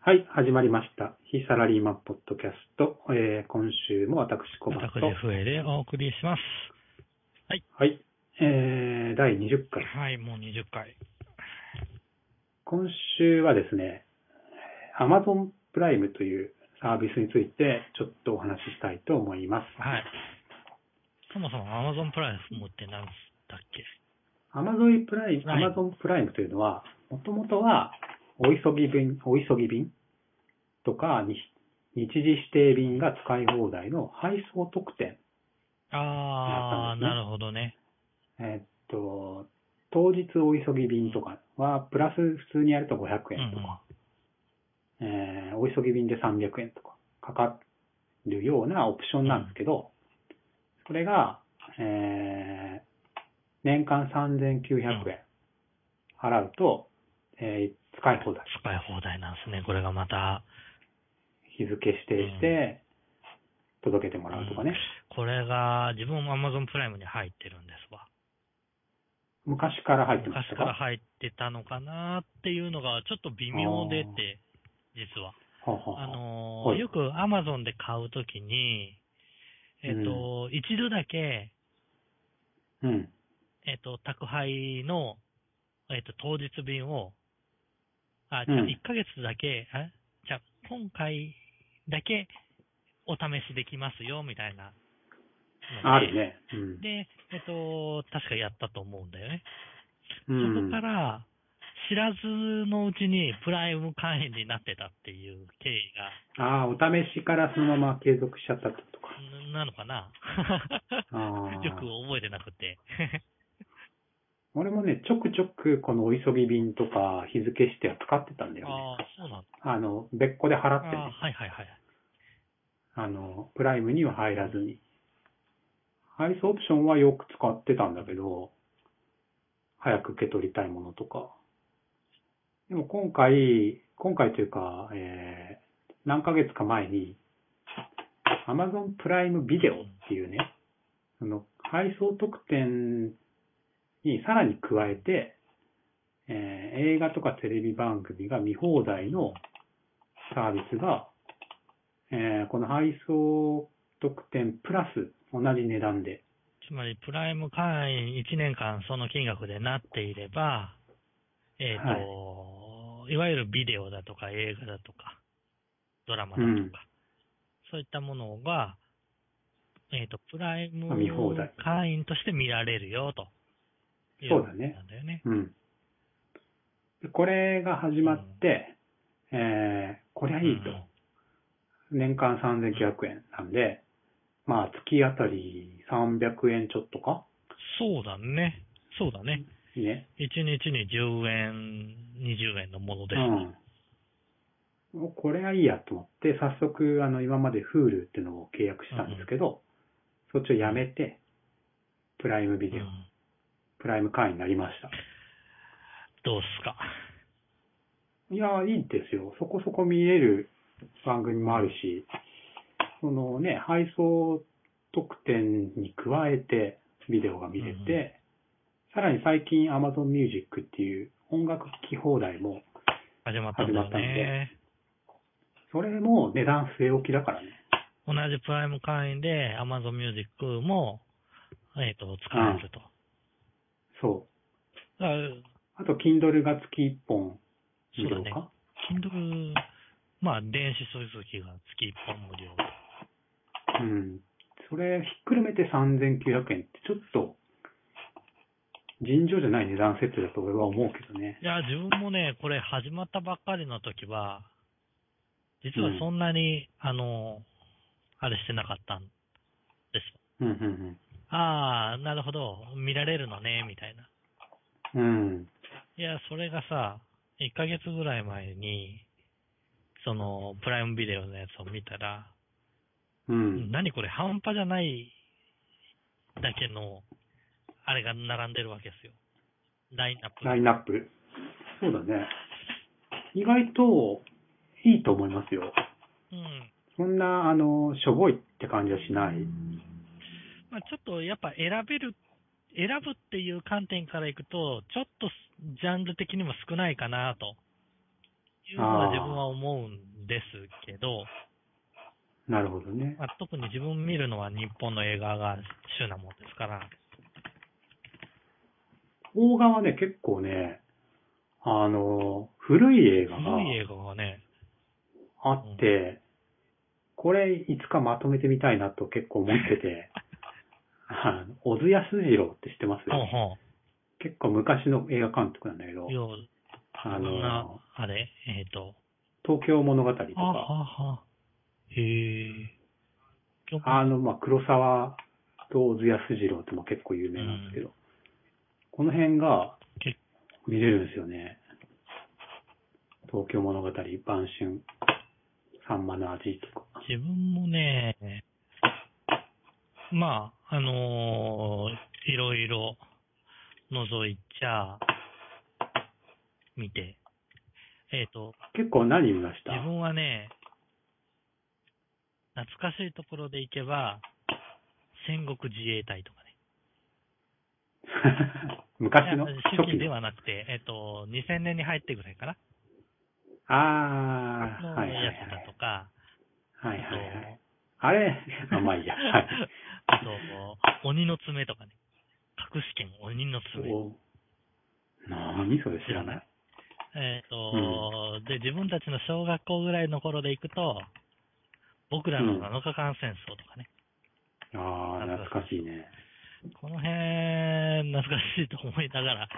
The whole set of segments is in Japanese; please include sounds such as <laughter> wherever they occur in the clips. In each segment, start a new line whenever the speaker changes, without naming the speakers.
はい、始まりました。非サラリーマンポッドキャスト。えー今週も私、小松
私
と。、
笛でお送りします。
はい、えー、第20回。
はい、もう20回。
今週はですね、Amazon プライムというサービスについてちょっとお話ししたいと思います。
はい。そもそも Amazon プライムって何だっけ
Amazon プライム、
はい
Amazon プライムというのは、もともとは、お急ぎ便、お急ぎ便とかに、日時指定便が使い放題の配送特典。なった
あ
んで
ー、
すね
なるほどね。
えーっと、当日お急ぎ便とかは、プラス普通にやると500
うん
円とか、えーお急ぎ便で300円とかかかるようなオプションなんですけど、それが、えー年間3900円払うと、えー使い放題。
使い放題なんですね。これがまた。
日付指定して、届けてもらうとかね。
これが、自分も Amazon プライムに入ってるんですわ。
昔から入ってまし
昔
た
から
か
入ってたのかなっていうのが、ちょっと微妙でって、実は。
ほうほうほう
あのー
はい
よく Amazon で買うときに、えっ、と、一度だけ、
うん。
えっ、と、宅配の、えっ、と、当日便を、あ、じ
う
ゃ
ん
あ1ヶ月だけ、あじゃあ今回だけお試しできますよ、みたいなので。
あるね。うん
で、えっ、と、確かやったと思うんだよね。
うん。
そこから、知らずのうちにプライム会員になってたっていう経緯
ああ、お試しからそのまま継続しちゃったってことか。
が、んなのかな
あー
<laughs> よく覚えてなくて。
俺もね、ちょくちょくこのお急ぎ便とか日付しては使ってたんだよね。
<laughs> ああ、そうなんだ。
あの、別個で払って
あ
ね、
ーはいはいはい。
あの、プライムには入らずに。配送オプションはよく使ってたんだけど、早く受け取りたいものとか。でも今回、今回というか、えー、何ヶ月か前に、Amazon プライムビデオっていうね、その配送特典にさらに加えて、えー映画とかテレビ番組が見放題のサービスが、えーこの配送特典プラス同じ値段で、
つまり、プライム会員1年間その金額でなっていれば、えっ、と、い、わゆるビデオだとか映画だとか、ドラマだとか、
うん
そういったものが、えっ、と、プライム
まあ見放題
会員として見られるよと。
そうだね
なんだよね。
うん。でこれが始まって、えーこりゃいいと。年間3900円なんで、まあ月あたり300円ちょっとか
そうだね。そうだね。
ね。
1日に10円、20円のものです。
うん。もうこれはいいやと思って、早速、あの、今まで Hulu っていうのを契約したんですけど、そっちをやめて、プライムビデオ、
うん
プライム会員になりました。
どうっすか。
いや、いいですよ。そこそこ見れる番組もあるし、そのね、配送特典に加えてビデオが見れ
うんう
て、さらに最近 Amazon Music っていう音楽聴き放題も、
始まった
始
んだ
まっ
よ
たん
ね
で。それも値段据え置きだからね。
同じプライム会員で Amazon Music も、えっ、と、使えると。
そう。
だから
あと、Kindle が月1本無料
そうだね
か、
Kindle、まあ、電子書籍が月1本無料。
うん。それ、ひっくるめて3900円って、ちょっと、尋常じゃない値段設定だと俺は思うけどね。
いや、自分もね、これ始まったばっかりの時は、実はそんなに、あの、あれしてなかったんで
う
す。
ん、うん、
ああ、なるほど、見られるのね、みたいな。
うん。うん。
いや、それがさ、1ヶ月ぐらい前に、その、プライムビデオのやつを見たら、
うん。
何これ、半端じゃないだけの、あれが並んでるわけですよ。ラインナップ。
ラインナップ。そうだね。意外といいと思いますよ。
うん。
そんな、あの、しょぼいって感じはしない。
まあ、ちょっとやっぱ選べる、選ぶっていう観点からいくと、ちょっとジャンル的にも少ないかなというのは自分は思うんですけど、
なるほどね。
まあ、特に自分見るのは日本の映画が主なもんですから、
邦画はね、結構ね、あの、古い映画
古い映画がね、
があって、これいつかまとめてみたいなと結構思って
<laughs>
て、あの、小津安二郎って知ってます
ほうほ
結構昔の映画監督なんだけど
う、、よう、
あ
そんな
の、、
あれ、えっ、と、
東京物語と
あは
か、
は、へえ。今日
あの、まあ、黒沢と小津安二郎っても結構有名なんですけど、この辺が
結
見れるんですよね。東京物語、晩春、さんまの味とか。
自分もね、まあ、あのーいろいろ覗いちゃ、見て、えっ、と、
結構何見ました
自分はね、懐かしいところで行けば、戦国自衛隊とかね。
<laughs> 昔の
いや
初
初
期
期で
の。
はなくて、えっ、と、2000年に入ってぐらいかな
ああ、
の
はいはいは
や
い
つだとか、
はいはい
あと
はい。あれ、あ、まあいい
<laughs>
や。はい。
あと、鬼の爪とかね。隠し剣鬼の爪。
お何それ知らない。
えっ、と、で、自分たちの小学校ぐらいの頃で行くと、僕らの
うん
7日間戦争とかね。
ああ、懐かしいね。
この辺、懐かしいと思いながら。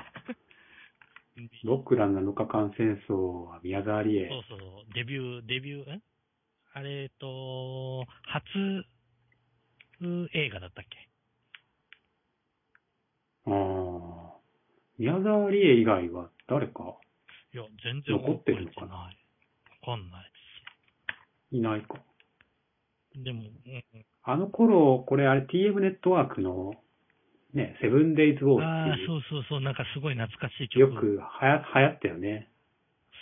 僕ら7日間戦争は宮沢りえ。
そうそう、デビュー、デビュー、んあれ、えっと、初う映画だったっけ
ああ。宮沢りえ以外は誰か
いや、全然
残ってるの
覚
かな
えてない。わかんない
いないか。
です。でも、うんうん
あの頃、これあれ TM ネットワークの、ね、セブンデイズウォー
あ
ル
あ
って、
そうそうそう、なんかすごい懐かしい
いう、よ
曲。
く流行流行ったよね。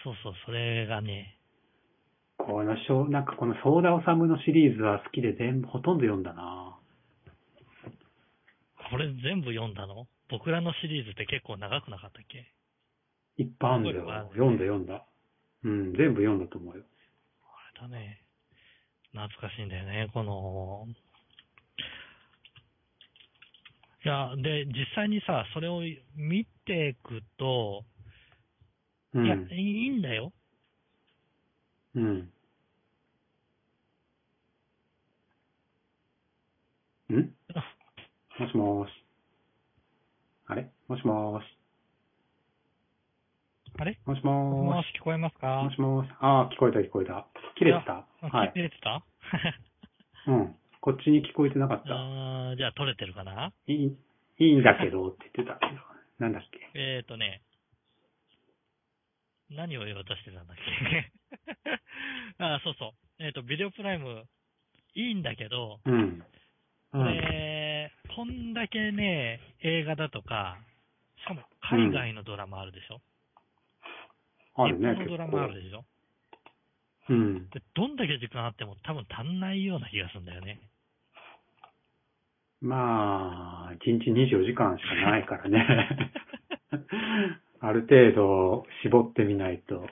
そうそう、それがね、
この小、なんかこのソーダオサムのシリーズは好きで全部、ほとんど読んだな
これ全部読んだの僕らのシリーズって結構長くなかったっけ
いっぱいあるんだ
すごいいっぱいある
よ。
ね
読んだ読んだ。うん、全部読んだと思うよ。
あれだね、懐かしいんだよね、この、いや、で、実際にさ、それを見ていくと、
う
いや、い
ん。
いんだよ。
うん。んもしもーし。あれもしもーし。
あれ
もしもー
も
し。
し聞こえますか
もしもーし。ああ、聞こえた聞こえた。切れてたは
聞
い
い。てた、
うん。こっちに聞こえてなかった。
<laughs> あーじゃあ取れてるかない
い、いいんだけどって言ってたけど。なんだっけ。
えーとね、何を言おうとしてたんだっけ <laughs> あーそうそう。えっ、と、ビデオプライム、いいんだけど、
うん。うん。
これ、こんだけね、映画だとか、しかも海外のドラマあるでしょ、
あるね、
日本の
結
ドラ
構
マあ。るでしょ
うん。
で、どんだけ時間あっても多分足んないような気がするんだよね。
まあ、1日24時間しかないから
<laughs>
ね。ある程度絞ってみないと。
うん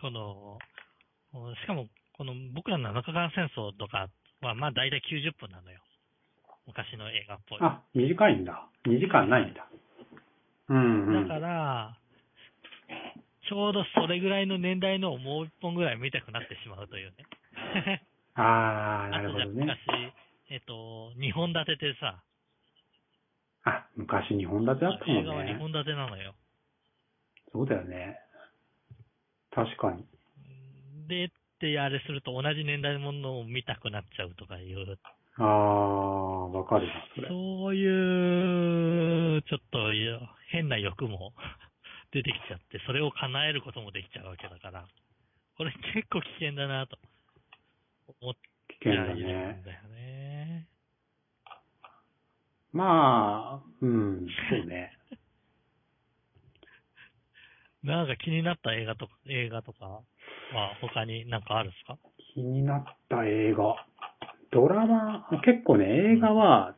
この、しかも、この僕らの7日間戦争とかは、まあ大体90分なのよ。昔の映画っぽい。
あ、短いんだ。2時間ないんだ。うん、う
だ
ん。
から、ちょうどそれぐらいの年代のをもう一本ぐらい見たくなってしまうというね。
ああ、
あ
<laughs> なる
と
ほ
じゃあ
ど
昔
ね。、
えっと、二本立てでさ、
あ、昔日本立てだったも
映
ん
画は二
ね。
本立てなのよ。
そうだよね。確かに。
で、ってあれすると同じ年代のものを見たくなっちゃうとかいう、
ああ、わかるな、それ。
そういう、ちょっといや変な欲も <laughs> 出てきちゃって、それを叶えることもできちゃうわけだから、これ結構危険だなと思っ
危
ち
険
ゃ
だ
いる
ね
ん。だよね。
まあ、うん、そうね。
なんか気になった映画とか、映画とかは他になんかあるんですか
気になった映画。ドラマ、結構ね、映画は、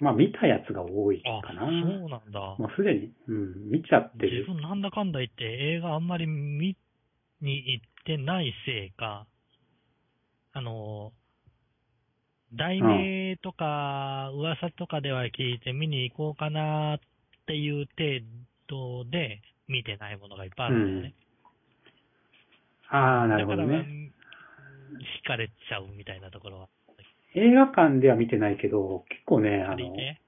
まあ見たやつが多い
あ
か、な。
そうなんだ。
もうすでに、うん、見ちゃって
自
る。
分なんだかんだ言って映画あんまり見に行ってないせいか、あの、題名とか噂とかでは聞いて見に行こうかなっていう程度で見てないものがいっぱいあるんだよね。
ああ、なるほ
だ
ど
から、
ね。
惹かれちゃうみたいなところは
映画館では見てないけど、結構ね、
あ
あ
り
の、
ね。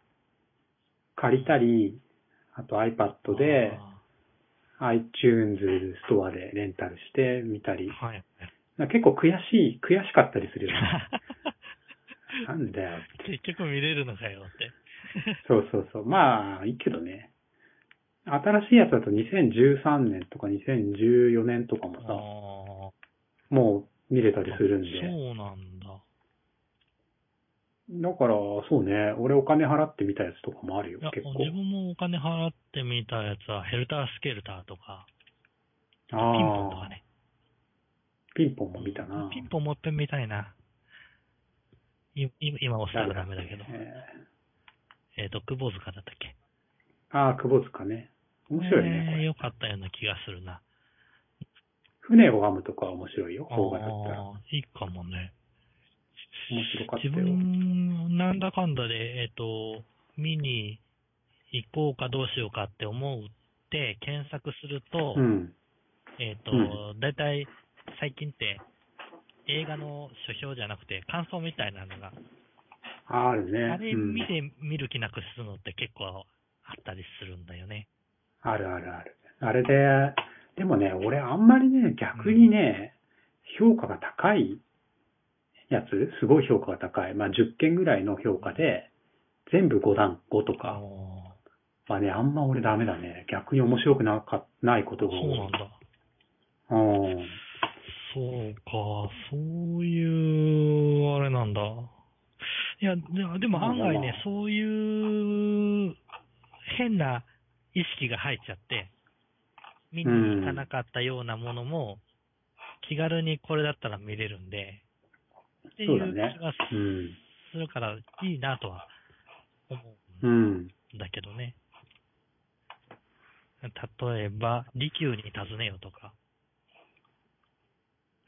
借りたり、あと iPad で、
あ
iTunes ストアでレンタルして見たり
ー、はい。
なんか結構悔しい、悔しかったりするよね。なんだよ。
結局見れるのかよって。
そうそうそう。まあ、いいけどね。新しいやつだと2013年とか2014年とかも
あ
さ、
ー
もう見れたりするんで。
そうなんだ。
だから、そうね。俺お金払って見たやつとかもあるよ
いや、、
結構。
自分もお金払ってみたやつは、ヘルタースケルターとか、ピンポンと
あ
か
あ、
ね。
ピンポンも見たな。
ピンポンもっぺん見たいな。い今今押したらダメだけど。
え
えっ、と、久保塚だったっけ
ーああ、窪塚ね。面白いね。
え
こ
ー
れ
よかったような気がするな。
船を編むとかは面白いよ。
あ
邦画だったら。
あー、いいかもね。
面白かった
自
よ。
分、なんだかんだで、えっ、と、見に行こうかどうしようかって思うって検索すると、
うん。
えっ、と、
う
だいたい最近って映画の書評じゃなくて感想みたいなのが、
ああるね。
あれ
うん
見て見る気なくするのって結構あったりするんだよね。
あるあるある。あれで、でもね、俺あんまりね、逆にね、評価が高いやつ、すごい評価が高い。まあ10件ぐらいの評価で、全部5段、5と
あ
か
ー
はね、あんま俺ダメだね。逆に面白くなか、ないことが
そ
多
う
い。
なんだ。
うん。
そうか、そういう、あれなんだ。いや、ででも案外ね、そういう変な意識が入っちゃって、見に行かなかったようなものも、気軽にこれだったら見れるんで、ってい
そう
う
だ
気
ね
が
うん。
するから、いいなとは思う
うん。
んだけどね。例えば、利休に尋ねよとか、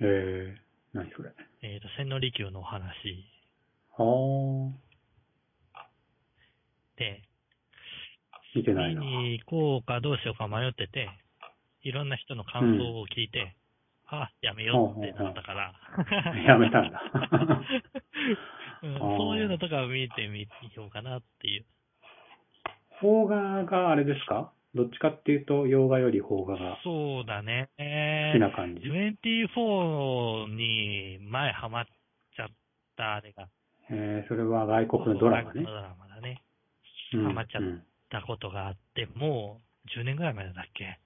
えー、何それ。
えっ、と、千利休のお話
はあ、
で、
見てない
見
な。
に行こうかどうしようか迷ってて、いろんな人の感想を聞いて、あ、やめようってなったから。
やめたんだ
うん
あー
<laughs> そういうのとかを見てみようかなっていう。
邦画があれですかどっちかっていうと、洋画より邦画が
そうだね。
好きな感じ。
24に前ハマっちゃったあれが、
えー、それは外国のドラマね
ド。ラマだね。
うん
ハマっちゃっ
うん
たことがあって、もう10年ぐらい前だっけ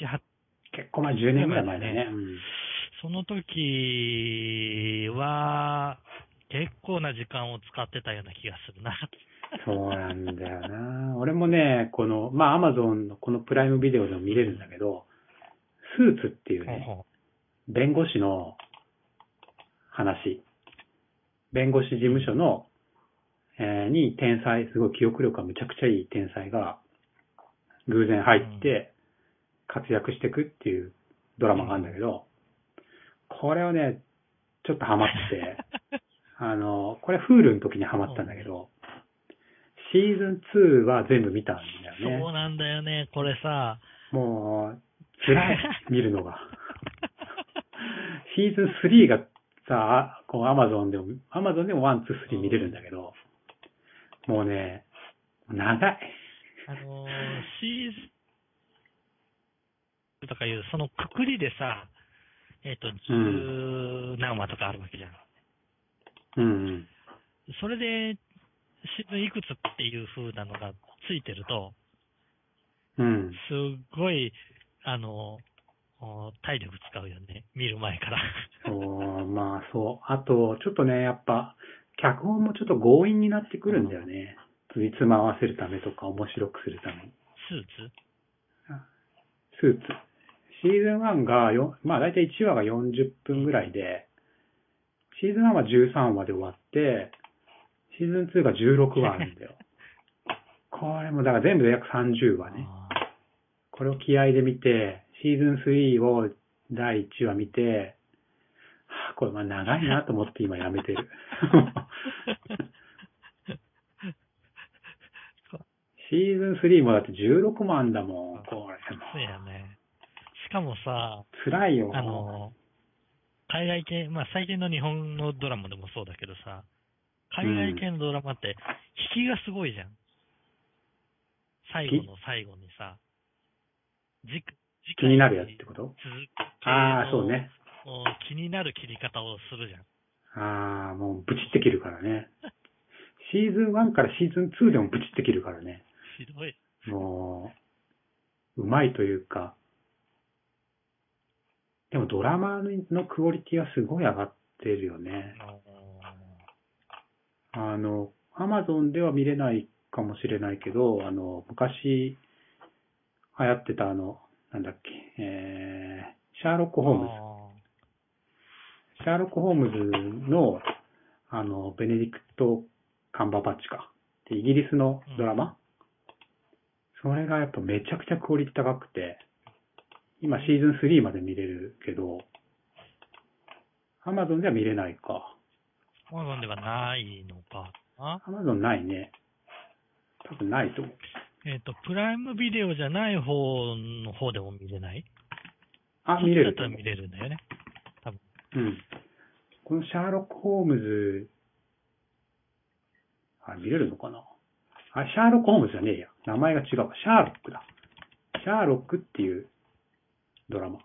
?7、8
結構前、10年ぐらい前だね。
その時は、結構な時間を使ってたような気がするな。
そうなんだよな。 <laughs> 俺もね、この、まあ、アマゾンのこのプライムビデオでも見れるんだけど、スーツっていうね、
ほ
弁護士の話。弁護士事務所の、えーに天才、すごい記憶力がむちゃくちゃいい天才が、偶然入って、活躍していくっていうドラマがあるんだけど、これをね、ちょっとハマって、あの、これ、フールの時にハマったんだけど、シーズン2は全部見たんだよ
そう
ね。
なんだよね、これさ。
もう、辛い、見るのが。シーズン3がさ、こう、アマゾンでも、アマゾンでも1、2、3見れるんだけど、もうね、長い。
あのー、シーズンとかいう、そのくくりでさ、えっ、と、
う
十何話とかあるわけじゃ
う
ん。
んうん。
それで、シーズンいくつっていう風なのがついてると、
うん。
すっごい、あのーお体力使うよね、見る前から。
そう、まあそう。あと、ちょっとね、やっぱ、脚本もちょっと強引になってくるんだよね。ついつま合わせるためとか、面白くするために。
ス
ス
ーツ
ーツ。シーズン1がよ、まあ大体1話が40分ぐらいで、シーズン1は13話で終わって、シーズン2が16話あるんだよ。これも、だから全部で約30話ね。
あ
これを気合で見て、シーズン3を第1話見て、はあこれまあ長いなと思って今やめてる。シーズン3もだって16万だもん、これも。
ーそうやね。しかもさ、
辛いよ。
あの、海外系、まあ最近の日本のドラマでもそうだけどさ、海外系のドラマって、引きがすごいじゃん。最後の最後にさ、じ次
気になるやつってこと
続け
ああ、そう。ね。
もう気になる切り方をするじゃん。
ああ、もうブチって切るからね。シーズン1からシーズン2でもブチって切るからね。
ひどい。
もう、うまいというか、でもドラマのクオリティはすごい上がってるよね。
あの
あの、アマゾンでは見れないかもしれないけど、あの、昔流行ってたあの、なんだっけ、えー、シャーロック・ホームズ。シャーロック・ホームズの、あの、ベネディクト・カンバーパッチか。でイギリスのドラマ、それがやっぱめちゃくちゃクオリティ高くて、今シーズン3まで見れるけど、アマゾンでは見れないか。
あー。アマゾンではないのかな。
アマゾンないね。多分ないと思う。
えっ、と、プライムビデオじゃない方の方でも見れない
あ、見れ
だっ
ると
たら
思う
見。れるんだよね。
うん。このシャーロック・ホームズ、あ、見れるのかなあ、シャーロック・ホームズじゃねえや。名前が違うわ。シャーロックだ。シャーロックっていうドラマ。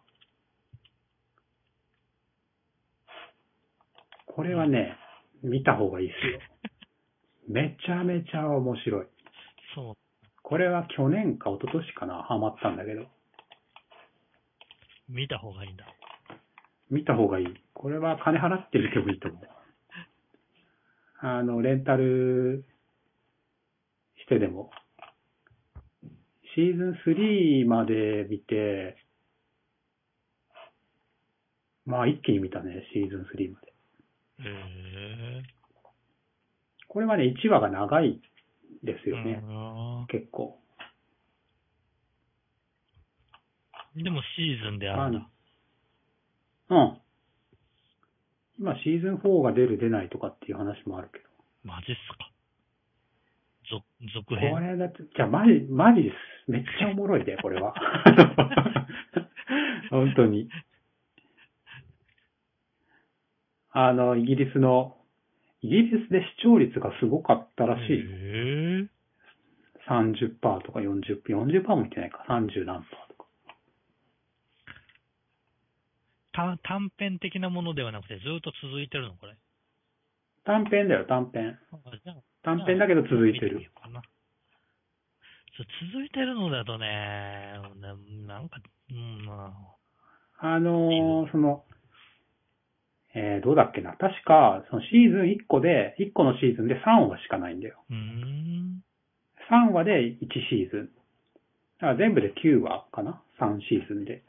これはね、見た方がいいですよ。 <laughs> めちゃめちゃ面白い。
そう。
これは去年か一昨年かな、ハマったんだけど。
見た方がいいんだ。
見た方がいい。これは金払って見てもいいと思う。あの、レンタルしてでも。シーズン3まで見て、まあ一気に見たね、シーズン3まで。
へえ
これはね、1話が長いですよね、
うん
結構。
でもシーズンであるんだ。
うん。今シーズン4が出る出ないとかっていう話もあるけど。
マジっすか。続、続編
こ。れだって、じゃあマジ、マジです。めっちゃおもろいで、こ <laughs> れは。本当に。あの、イギリスの、イギリスで視聴率がすごかったらし
へ
い。
え
30%とか40%、40%もいってないか、30何とか。
た短編的なものではなくて、ずっと続いてるのこれ。
短編だよ、短編。
あじゃあ
短編だけど続いて
見み
る。
ようかなそう続いてるのだとね、ななんか、うん、まあ
あのーその、えー、どうだっけな。確か、そのシーズン1個で、1個のシーズンで3話しかないんだよ。
うーん。
3話で1シーズン。だから全部で9話かな ?3 シーズンで。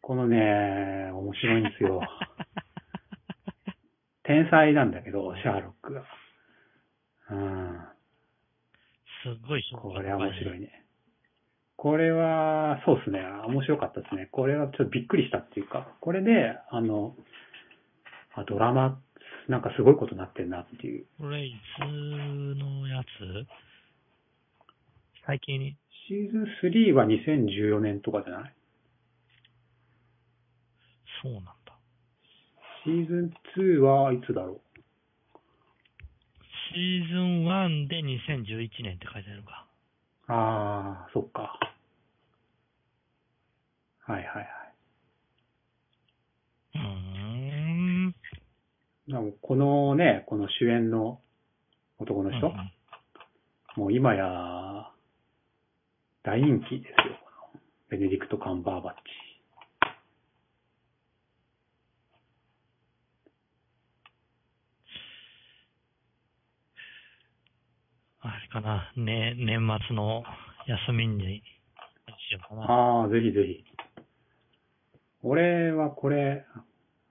このね、面白いんですよ。天才なんだけど、シャーロックが。うん。
すごい評
こ
価高い
れは面白いね。これは、そうですね。面白かったですね。これはちょっとびっくりしたっていうか、これで、あの、あドラマ、なんかすごいことになってんなっていう。
これ、いつのやつ最近に。
シーズン3は2014年とかじゃない
そうなんだ。
シーズン2はいつだろ
シーズン1で2011年って書いてあるか。
うああ、そっか。はいはいはい。
うーん。
でもこのね、この主演の男の人、
うんうん
もう今や、大人気ですよ、このベネディクト・カンバーバッチ。
あれかな、ね、年末の休みにしようかな。
ああ、ぜひぜひ。俺はこれ、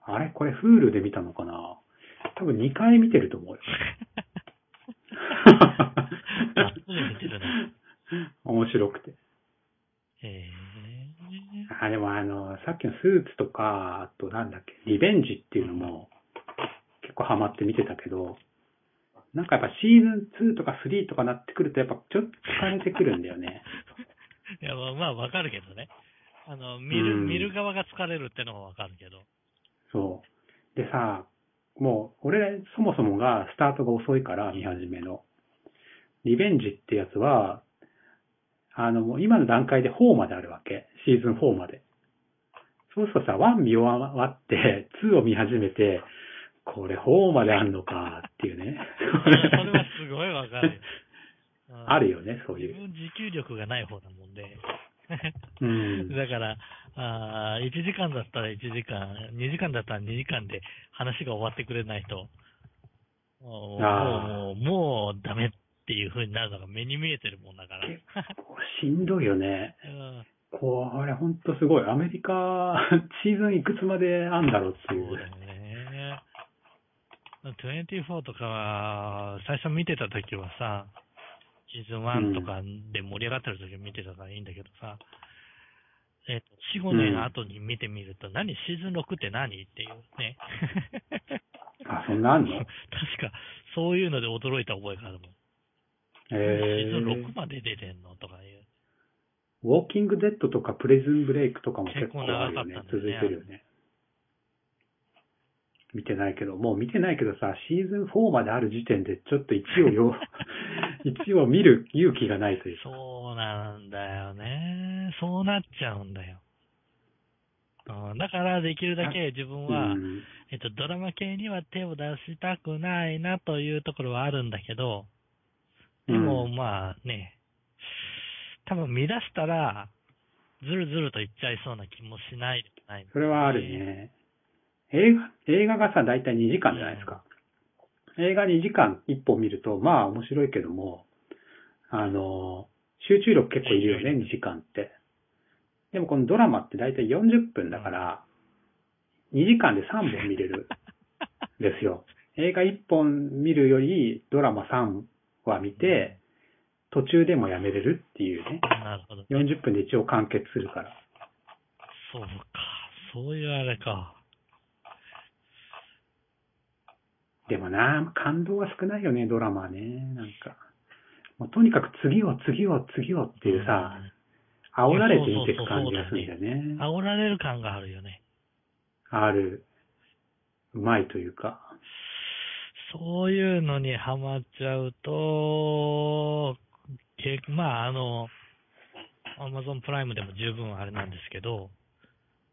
あれこれ Hulu で見たのかな多分2回見てると思うよ。
がっつり見てるね。
面白くて。
え
あ、でもあの、さっきのスーツとか、あとなんだっけ、リベンジっていうのも結構ハマって見てたけど、なんかやっぱシーズン2とか3とかなってくるとやっぱちょっと疲れてくるんだよね。
えいや、まあまあわかるけどね。あの、見る、
うん
見る側が疲れるってのもわかるけど。。
<laughs> そう。でさ、もう、俺らそもそもがスタートが遅いから、見始めの。リベンジってやつは、あの、もう今の段階で4まであるわけ。シーズン4まで。そうするとさ、1見終わって、2を見始めて、これ4まであんのかっていうね
それはすごいわかるよ。うん
<laughs> あるよね、そうい
自
う。
分持久力がない方だもんで。
うん
だから、あ1時間だったら1時間、2時間だったら2時間で話が終わってくれないと、もう、も
あ
うもうダメっていう風になるのが目に見えてるもんだから。
結構しんどいよね。
うん
これほんとすごい。アメリカ、シーズンいくつまであんだろうってい
そうだ
う。
よね。24とかは、最初見てた時はさ、シーズン1とかで盛り上がってる時見てたからいいんだけどさ、えっと、4、5年後に見てみると、何シーズン6って何っていうね。
あ、そんなあんの
<laughs> 確か、そういうので驚いた覚えがあるもん。
え
シーズン6
ー、
まで出てんのとかいう。
ウォーキングデッドとかプレズンブレイクとかも結
結
構
構
あるよ
長かったんだ
ね
よね。
続いてるよね。見てないけど、もう見てないけどさ、シーズン4まである時点でちょっと一応
<laughs>
よ、一応見る勇気がないというか。
そうなんだよね。そうなっちゃうんだよ。うん、だから、できるだけ自分は、
うん
えっと、ドラマ系には手を出したくないなというところはあるんだけど、でも、
うん
まあね、多分見出したら、ずるずるといっちゃいそうな気もしないでもない。
それはある。ね。映画、映画がさ、だいたい2時間じゃないですか。映画2時間1本見ると、まあ面白いけども、あの、集中力結構いるよね、2時間って。でもこのドラマってだいたい40分だから、2時間で3本見れるんです <laughs> よ。映画1本見るより、ドラマ3話見て、途中でもやめれるっていうね。
なるほど。
40分で一応完結するから。
そうか。そういうあれか。
でもな、感動が少ないよね、ドラマはね。なんか。もうとにかく次を次を次をっていうさ、煽られて見ていく感じがするんだよ
う
ね
ん、。煽られる感があるよね。
ある。うまいというか。
そういうのにハマっちゃうと、けまあ、あの、アマゾンプライムでも十分あれなんですけど、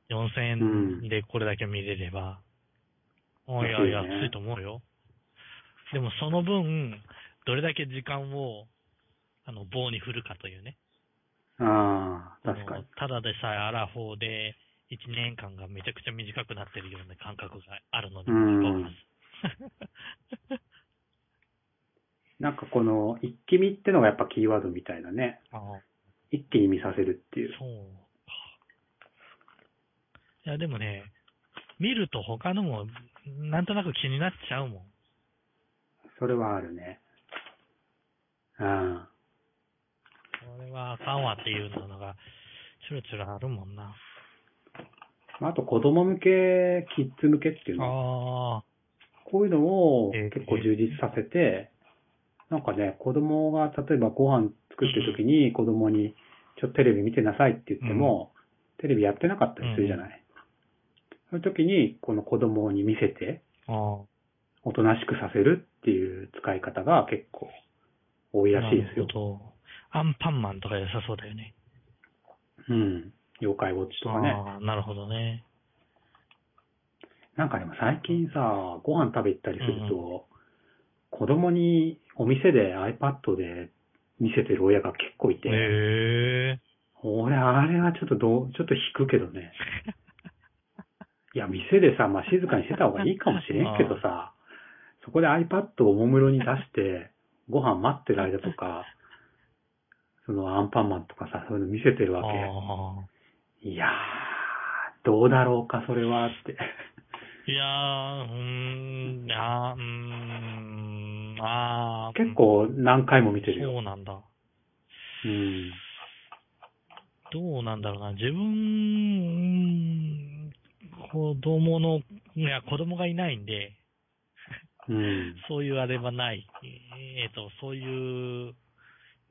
4000
うん
円でこれだけ見れれば、おいやいや、
安いよね
安いと思うよ。でもその分、どれだけ時間を、あの、棒に振るかというね。
ああ、確か
あ
に
の。ただでさえアラフォーで、1年間がめちゃくちゃ短くなってるような感覚があるのにもかかわらず。
なんかこの、一気見ってのがやっぱキーワードみたいなね。
あの
一気に見させるっていう。
そうか。いや、でもね、見ると他のも、なんとなく気になっちゃうもん。
それはあるね。うん。
これはあかんわっていうのが、ちゅるちゅるあるもんな。
あと子供向け、キッズ向けっていうの
ああ、
こういうのを
えー
結構充実させて、なんかね、子供が例えばご飯作ってる時に子供に、ちょっとテレビ見てなさいって言っても、テレビやってなかったりするじゃない。そういう時に、この子供に見せて、
あ
おとなしくさせるっていう使い方が結構多い
あ。
らしいですよ
なる。ほどアンパンマンとか良さそうだよね。
うん。妖怪ウォッチとかね。
ああ、なるほどね。
なんかでも最近さ、ご飯食べ行ったりすると、子供にお店で iPad で見せてる親が結構いて、
へえ。
俺、あれはちょっとどう、ちょっと引くけど
<laughs>
ね。いや、店でさ、まあ、静かにしてた方がいいかもしれんけどさ、そこで iPad をおもむろに出して、ご飯待ってる間とか、そのアンパンマンとかさ、そういうの見せてる
あ
わ
あ。
け。いやー、どうだろうか、それは、って。
いやー、うーん、あー、うーん、あー。
結構何回も見てるよ。
そうなんだ。
うん。
どうなんだろうな。自分、うーん子供の、いや、子供がいないんで、
うん。
そういうあれはない。えっ、と、そういう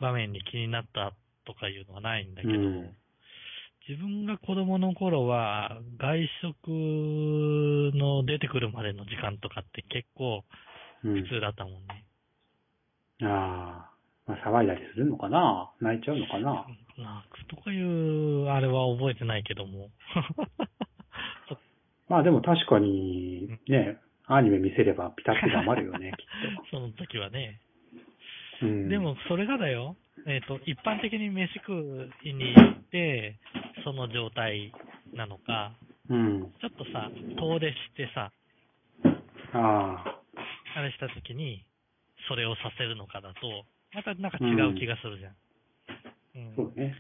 場面に気になったとかいうのはないんだけど、
うん
自分が子供の頃は、外食の出てくるまでの時間とかって結構
う
普
ん。
通だったもんね。
ああ。まあ、騒いだりするのかな泣いちゃうのかな
まあ、とかいう、あれは覚えてないけ
<laughs>
ども。
まあでも確かに、ね、アニメ見せればピタッと黙るよ
<laughs>
ね、きっ
その時はね。
と。うん。
でも、それがだよ。えっ、と、一般的に飯食いに行って、その状態なのか、
うん。
ちょっとさ、遠出してさ、
ああ。
あれした時に、それをさせるのかだと、またなんか違う気がするじゃん。うん
そうね。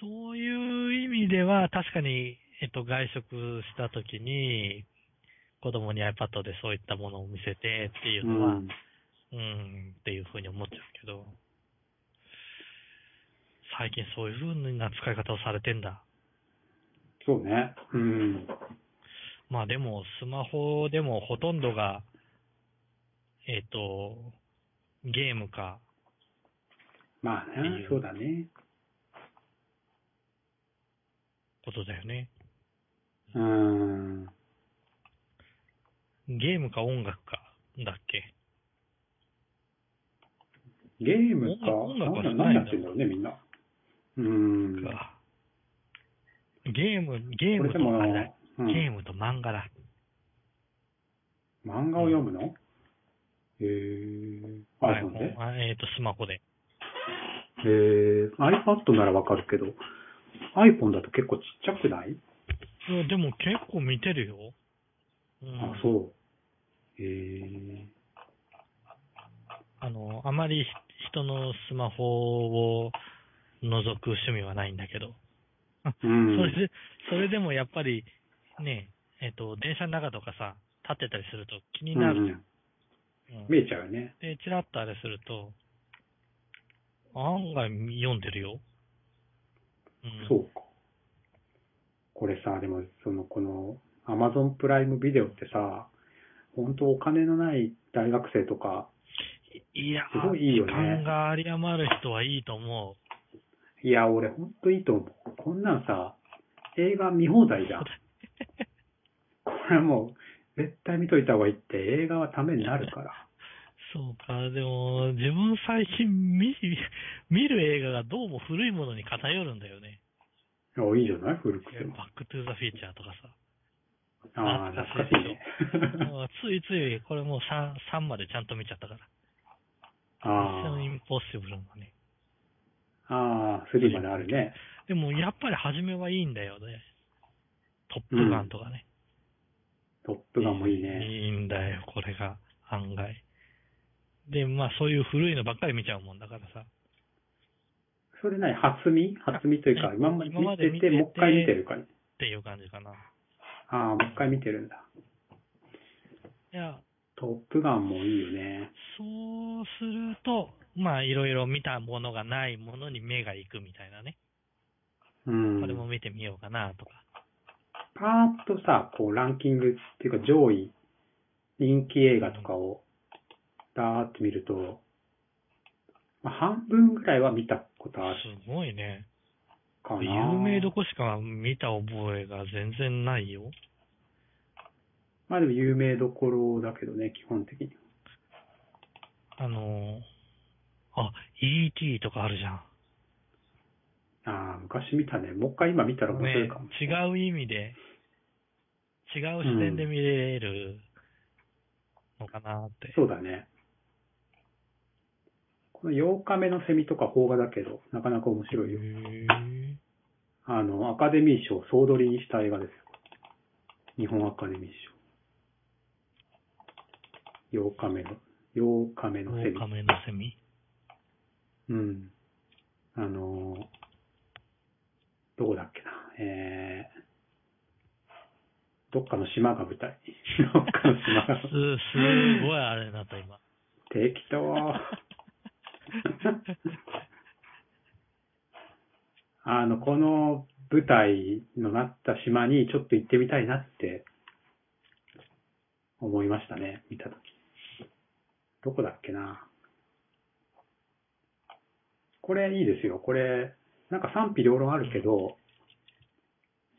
そういう意味では、確かに、えっと、外食した時に、子供に iPad でそういったものを見せてっていう
う
のは、うん
ん。、
っていうふうに思っちゃうけど、最近そういうふうな使い方をされてんだ。
そうね。うん。
まあでも、スマホでもほとんどが、えっ、と、ゲームか、
まあ
いい
ね
よ、
そうだね。
ことだよね。
うん。
ゲームか音楽か、だっけ
ゲームか。
音楽は
なんだ
しな
何
いんだ
やってんだろうね、みんな。うん。
か。ゲーム、ゲー
こ
ム
れで
と
も、
あれだ、
うん
ゲームと漫画だ。
漫画を読むのへえ。iPhone で
iPhone あえっ、と、スマホで。
えー、iPad ならわかるけど、iPhone だと結構ちっちゃくない、
うんでも結構見てるよ。うん、
あ、そう。えー、
あの、あまりひ人のスマホを覗く趣味はないんだけど。
う
そ
ん。
れで、それでもやっぱり、ね、えっ、と、電車の中とかさ、立ってたりすると気になるじゃん。うん
見えちゃうよね。
で、チラッとあれすると、案外読んでるよ。うん、
そうか。これさ、でも、その、この、Amazon プライムビデオってさ、本当お金のない大学生とか、
いや
すごいいいよね
時間が有り余る人はいいと思う。
いや、俺本当いいと思う。こんなんさ、映画見放題じゃん。これはもう、絶対見といた方がいいって、映画はためになるから。
そうか、でも、自分最近見、見る映画がどうも古いものに偏るんだよね。
いやいいじゃない古く
バ
ても。
ックトゥーザフィーチャーとかさ。
ああ、懐かしいね。
もうついつい、これもう 3, 3までちゃんと見ちゃったから。
<laughs> あ
ミッションインポッシブルもね。
あ、ああ、3まであるね。
でも、やっぱり初めはいいんだよね。トップガンとかね。
トップガンもいいね。
いいんだよ、これが、案外。で、まあ、そういう古いのばっかり見ちゃうもんだからさ。
それなに初見初見というか、今まで
今ま
見
で
て
見て
て、
て
もう一回見てる感じ。
っていう感じかな。い
ああ、もう一回見てるんだ。
や、
トップガンもいいよね。
そうすると、まあ、いろいろ見たものがないものに目が行くみたいなね。
う
これも
ん。
見てみようかなとか。
パーッとさ、こうランキングっていうか上位、人気映画とかを、ダーって見ると、まあ、半分ぐらいは見たことある
すごいね。
かな。
有名どこしか見た覚えが全然ないよ。
まあでも有名どころだけどね、基本的に。
あのー、あ、E.T. とかあるじゃん。
ああ、昔見たね。もう一回今見たら面白い
ね
かもし、れない。
違う意味で、違う視点で見れるのかなって。
そうだね。この8日目のセミとか邦画だけど、なかなか面白いよ。
へー
あの、アカデミー賞総取りにした映画ですよ。日本アカデミー賞。8日目の、8日目のセミ
オオ。カメのセミ。
うん。あのーどこだっけな。えー、どっかの島が舞台。 <laughs> どっかの島が
す、すごいあれになった、今。
適当。あの、この舞台のなった島にちょっと行ってみたいなって思いましたね、見たとき。どこだっけな。これいいですよ。これ、なんか賛否両論あるけど、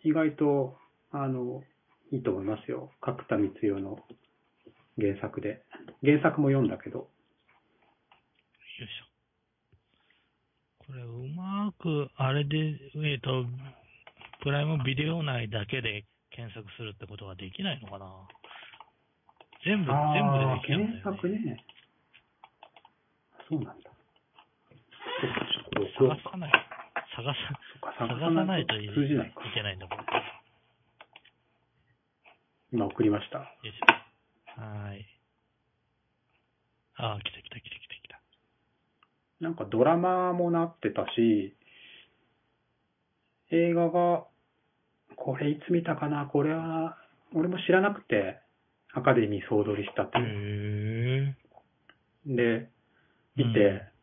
意外と、あの、いいと思いますよ。角田光代の原作で。原作も読んだけど。
よいしょ。これ、うまく、あれで、えっ、と、プライムビデオ内だけで検索するってことができないのかな全部、全部で
あ
で
ー
きるんだよ、ね。
原作ね。そうなんだ。そっか、ちょっと録
探
音
さない。探さ、
そっか
探
探
さ
さ
な
ないい
と
と
い
通じないか。
けないんだもん。よ
今送りました。
いしょ。はーい。ああ、来た来た来た来た来た。
なんかドラマもなってたし、映画が、これいつ見たかなこれは、俺も知らなくて、アカデミー総取りしたって
へ
いう。
え。
で、見て、
うん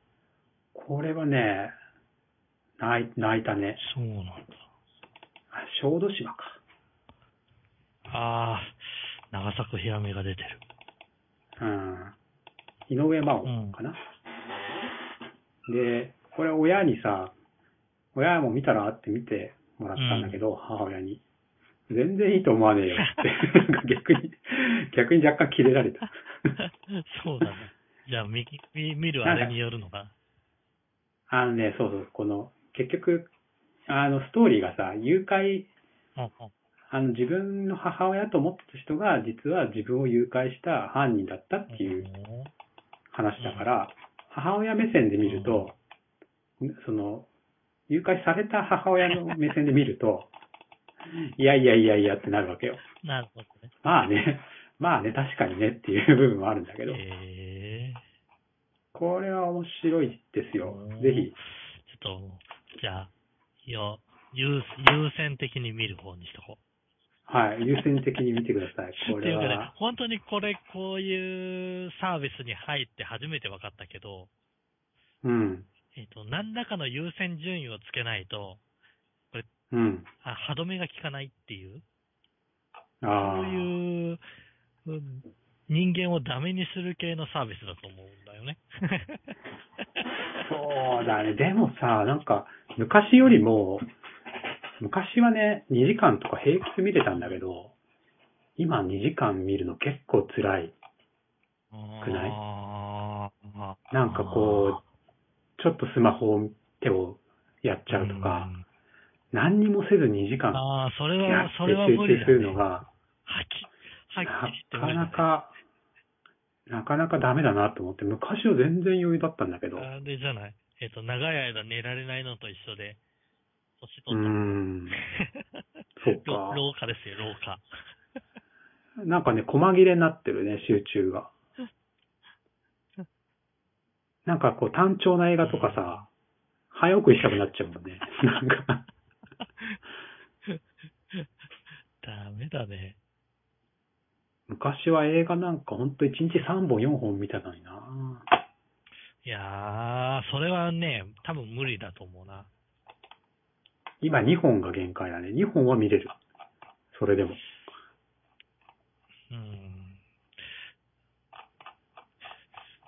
これはね、泣い泣いたね。
そうなんだ。
あ小豆島か。
ああ、長作ひらめが出てる。
うん。井上真央かな。で、これ親にさ、親も見たらって見てもらったんだけど、母親に。全然いいと思わねえよって、なんか逆に、逆に若干キレられた。
<laughs> そうだね。じゃあ、見、見見るあれによるのか。
あのね、そうそう、この、結局、あの、ストーリーがさ、誘拐、
うんうん
あの、自分の母親と思ってた人が、実は自分を誘拐した犯人だったっていう話だから、母親目線で見ると、その、誘拐された母親の目線で見ると、 <laughs> いやいやいやいやってなるわけよ。
なるほどね。
まあね、 <laughs> まあね、確かにねっていう部分もあるんだけど、
ええ
これは面白いですよ
うん。
ぜひ。
ちょっと、じゃあ、よ、優優先的に見る方にしとこう。
はい、優先的に見てください。こ
ってい
れ
うかね
は。、
本当にこれ、こういうサービスに入って初めて分かったけど、
うん、
えっ、と、何らかの優先順位をつけないと、
うん。
あ歯止めが効かないっていう、
あ
そう
あ、
いううん人間をダメにする系のサービスだと思うんだよね。
そうだね。でもさ、なんか、昔よりも、昔はね、2時間とか平気で見てたんだけど、今2時間見るの結構辛い。くない
あー
なんかこう、ちょっとスマホを手をやっちゃうとか、
ん
何にもせず2時間
ああ、それ
や
は
っ、
それは
て
無理
集中す
だ、ね。
るのが、
はっきり、
な
はっきり言
か
って無理だね
なか、なかなかダメだなと思って、昔は全然余裕だったんだけど、う
あれじゃない。えっ、と、長い間寝られないのと一緒で、
ー
年取った。
ん、そっ
ろ
か。
<laughs> 老化ですよ、老化。
なんかね、細切れになってるね、集中が。なんかこう、単調な映画とかさ、早送りしたくなっちゃうもんね。 <laughs> なんか、
ダメだね。
昔は映画なんかほんと1日3本4本見たのにない
やー、それはね、多分無理だと思うな。
今2本が限界だね。2本は見れる。それでも。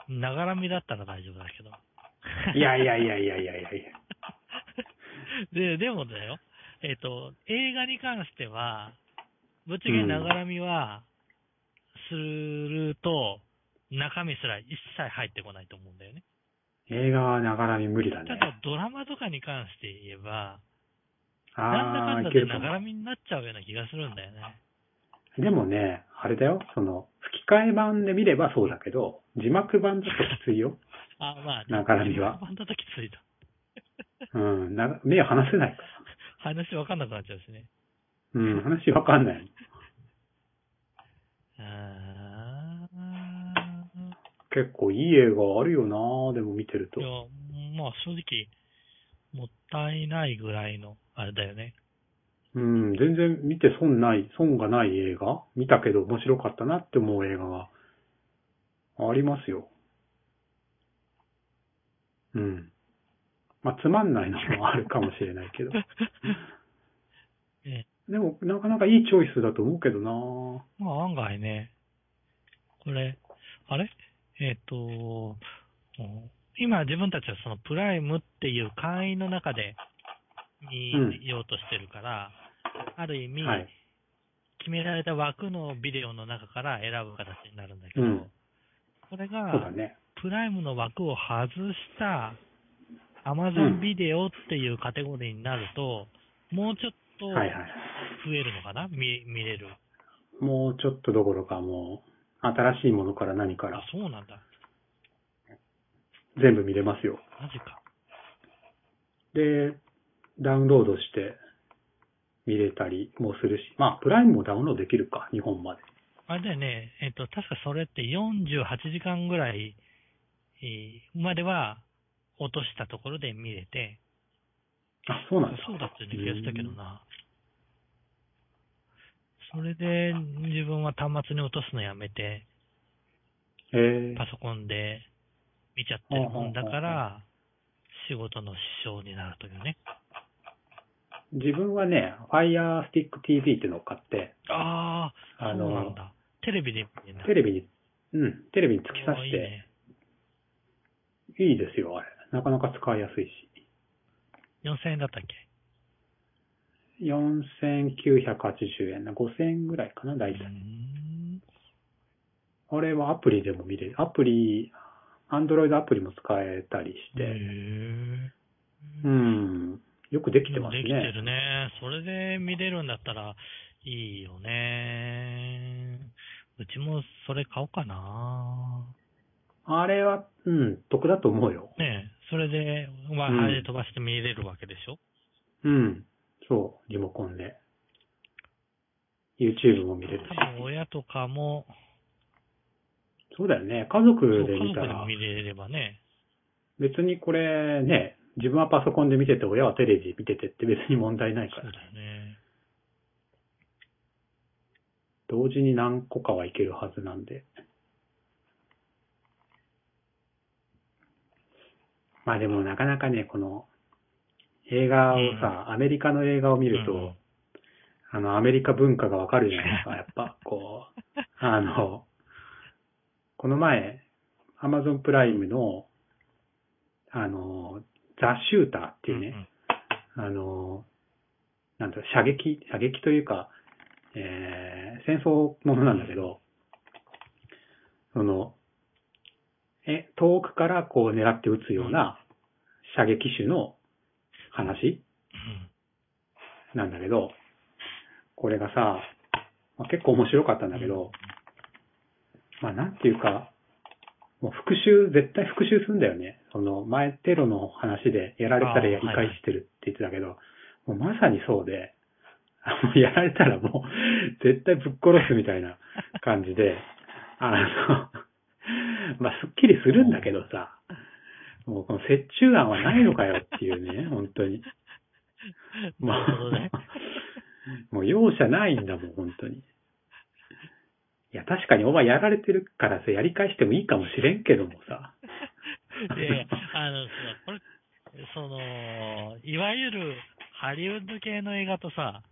うん。ながらみだったら大丈夫だけど。
いやいやいやいやいやいやいや。
<laughs> で、でもだよ。えっ、と、映画に関しては、ぶっちゃけながらみは、すると、中身すら一切入ってこないと思うんだよね。
映画はながらみ無理だ
た
ね。
だ、ドラマとかに関して言えば、なんだ
あ
か
あ
ん
ー、
だ
いけ
で
るか
なが
も。
らみになっちゃうような気がするんだよね。
でもね、あれだよ。その、吹き替え版で見ればそうだけど、字幕版だときついよ。
あ、まあ、
ながらみは
バンドだときついと。
うん。な目を離せないから。
話わかんなくなっちゃうしね。 <laughs>
うん。話わかんない。
あ
結構いい映画あるよなでも見てる
ー
と
いや。、まあ正直、もったいないぐらいの、あれだよね。
うん、全然見て損ない、損がない映画見たけど面白かったなって思う映画がありますよ。うん。まあ、つまんないのもあるかもしれない
<laughs>
けど。
え
でも、なかなかいいチョイスだと思うけどなぁ。
まあ案外ね、これ、あれえっ、と、うん今自分たちはそのプライムっていう会員の中で
うん
見ようとしてるから、ある意味、
はい。
決められた枠のビデオの中から選ぶ形になるんだけど、
うん
これ
そうだ
が
ね。
プライムの枠を外した
うん
Amazon ビデオっていうカテゴリーになると、もうちょっと
はいはい。
増えるのかな見見れる。
もうちょっとどころかもう、新しいものから何か
あ
ら、
そうなんだ。
全部見れますよ。
マジか。
で、ダウンロードして見れたりもするし、まあ、プライムもダウンロードできるか、日本まで。
あれだよね、えっ、と、確かそれって48時間ぐらいえーまでは落としたところで見れて、
あ、そうなんだ。
そうだったような気がしたけどな。それで、自分は端末に落とすのやめて、
へえ
パソコンで見ちゃってるもんだから、仕事の支障になるというね。
自分はね、Fire Stick TV っていうのを買って、
ああ、
あ
そうな
の
ん、だ。テレビで見るんだ
テレビに、うん、テレビに突き刺
おー
し
いい
て、
ね。
いいですよ、あれ。なかなか使いやすいし。
4000円だったっけ
4980円な、5000円ぐらいかな、
う
大体。
ん。
あれはアプリでも見れる。アプリ、Android アプリも使えたりし
へ
て、
え。
うん、よくできてます
で
ね。
きてるね。それで見れるんだったらいいよね。うちもそれ買おうかな。
あれは、うん、得だと思うよ。
ねえ、それで Wi-Fi で飛ばして見れるわけでしょ、
うん。そう、リモコンで。YouTube も見れるし
多。分親とかも、
そうだよね。家族
そう
で
家
見た
族で
ら
も、見れればね。
別にこれね、自分はパソコンで見てて、親はテレビ見ててって別に問題ないか
そう
ら、
だよね。
同時に何個かはいけるはずなんで。まあでもなかなかね、この映画をさ、アメリカの映画を見ると、
うん
あの、アメリカ文化がわかるじゃないですか。やっぱ、こう、あの、この前、アマゾンプライムの、あの、ザ・シューターっていうね、
ん
あの、なんだろう、射撃、射撃というか、えー、戦争ものなんだけど、その、え、遠くからこう狙って撃つような射撃手の話なんだけど、これがさ、まあ、結構面白かったんだけど、まあなんていうか、もう復讐、絶対復讐するんだよね。その前テロの話でやられたらやり返してるって言ってたけど、もうまさにそうで、 <laughs> あもうやられたらもう絶対ぶっ殺すみたいな感じで、あの、 <laughs> まあすっきりするんだけどさ、もうこの折衷案はないのかよっていうね、本当に。
うん。
も
なるほどね。
う、 <laughs> もう容赦ないんだもん、本当に。いや、確かにお前やられてるからさ、やり返してもいいかもしれんけどもさ。
<laughs> いやいやあの、そうこれ、その、いわゆるハリウッド系の映画とさ、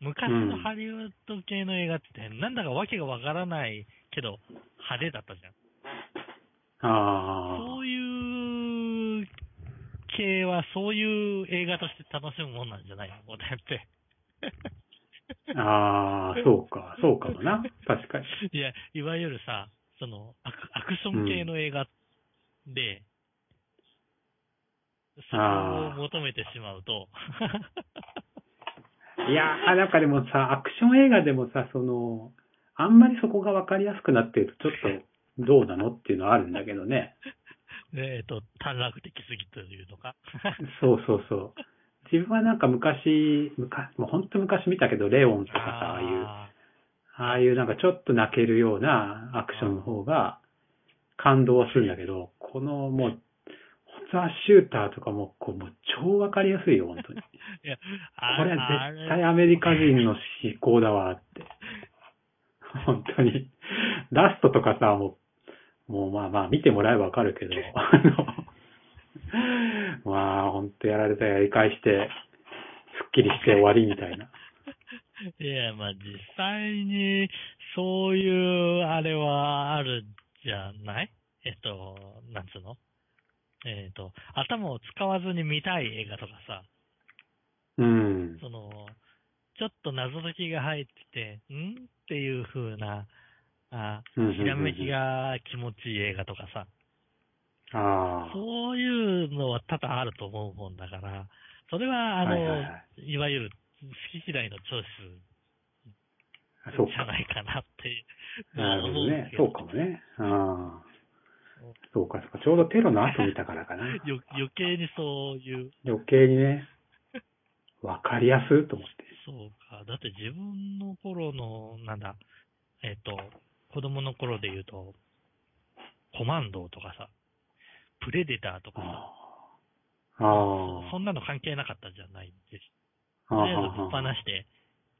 昔のハリウッド系の映画って、なんだかわけがわからないけど、派手だったじゃん。
あ
そういう系は、そういう映画として楽しむもんなんじゃないのこうやって。
あ、ああ、そうか、そうかもな。確かに。
いや、いわゆるさ、そのアク、アクション系の映画で、そこ
あー
を求めてしまうと、
いやー、なんかでもさ、アクション映画でもさ、その、あんまりそこがわかりやすくなってると、ちょっとどうなのっていうのはあるんだけどね。
えっ、と、短絡的すぎというのか。
そうそうそう。自分はなんか昔、昔、もう本当昔見たけど、レオンとかさ、 <laughs> ああいう、
あ
ああいうなんかちょっと泣けるようなアクションの方が感動はするんだけど、このもう、ザ・シューターとかも、こう、もう超わかりやすいよ、本当に。
ーいや、 <laughs> あ
これは
あ
絶
れ
対アメリカ人の思考だわって。本当に。ラストとかさ、もう、もうまあまあ見てもらえばわかる
<laughs>
けど、あの、まあ本当やられたらやり返して、すっきりして終わりみたいな。
いや、まあ実際に、そういうあれはあるじゃないえっと、なんつうのえっと、頭を使わずに見たい映画とかさ、
うん。
その、ちょっと謎解きが入ってて、んっていう風な、あ、
うんうんうんうん
ひらめきが気持ちいい映画とかさ、
ああ。
そういうのは多々あると思うもんだから、それは、あの、
はい
い
はいはい
わゆる好き嫌いのチョイ
そ
ス
う
じ
か。
ゃないかなっていう。
なるほどね。
思
そ
ん
う
ですけ
かもね。ああ。そうか、そうか。ちょうどテロの後見たからかな。 <laughs>
よ余計にそういう、
余計にね、わかりやすいと思って。
そうか。だって自分の頃の、なんだ、えっ、と、子供の頃で言うと、コマンドとかさ、プレデターとかさ、
ああ。あ
そそんなの関係なかったじゃないです。
あ。
とりあえずぶっ
あ
放して、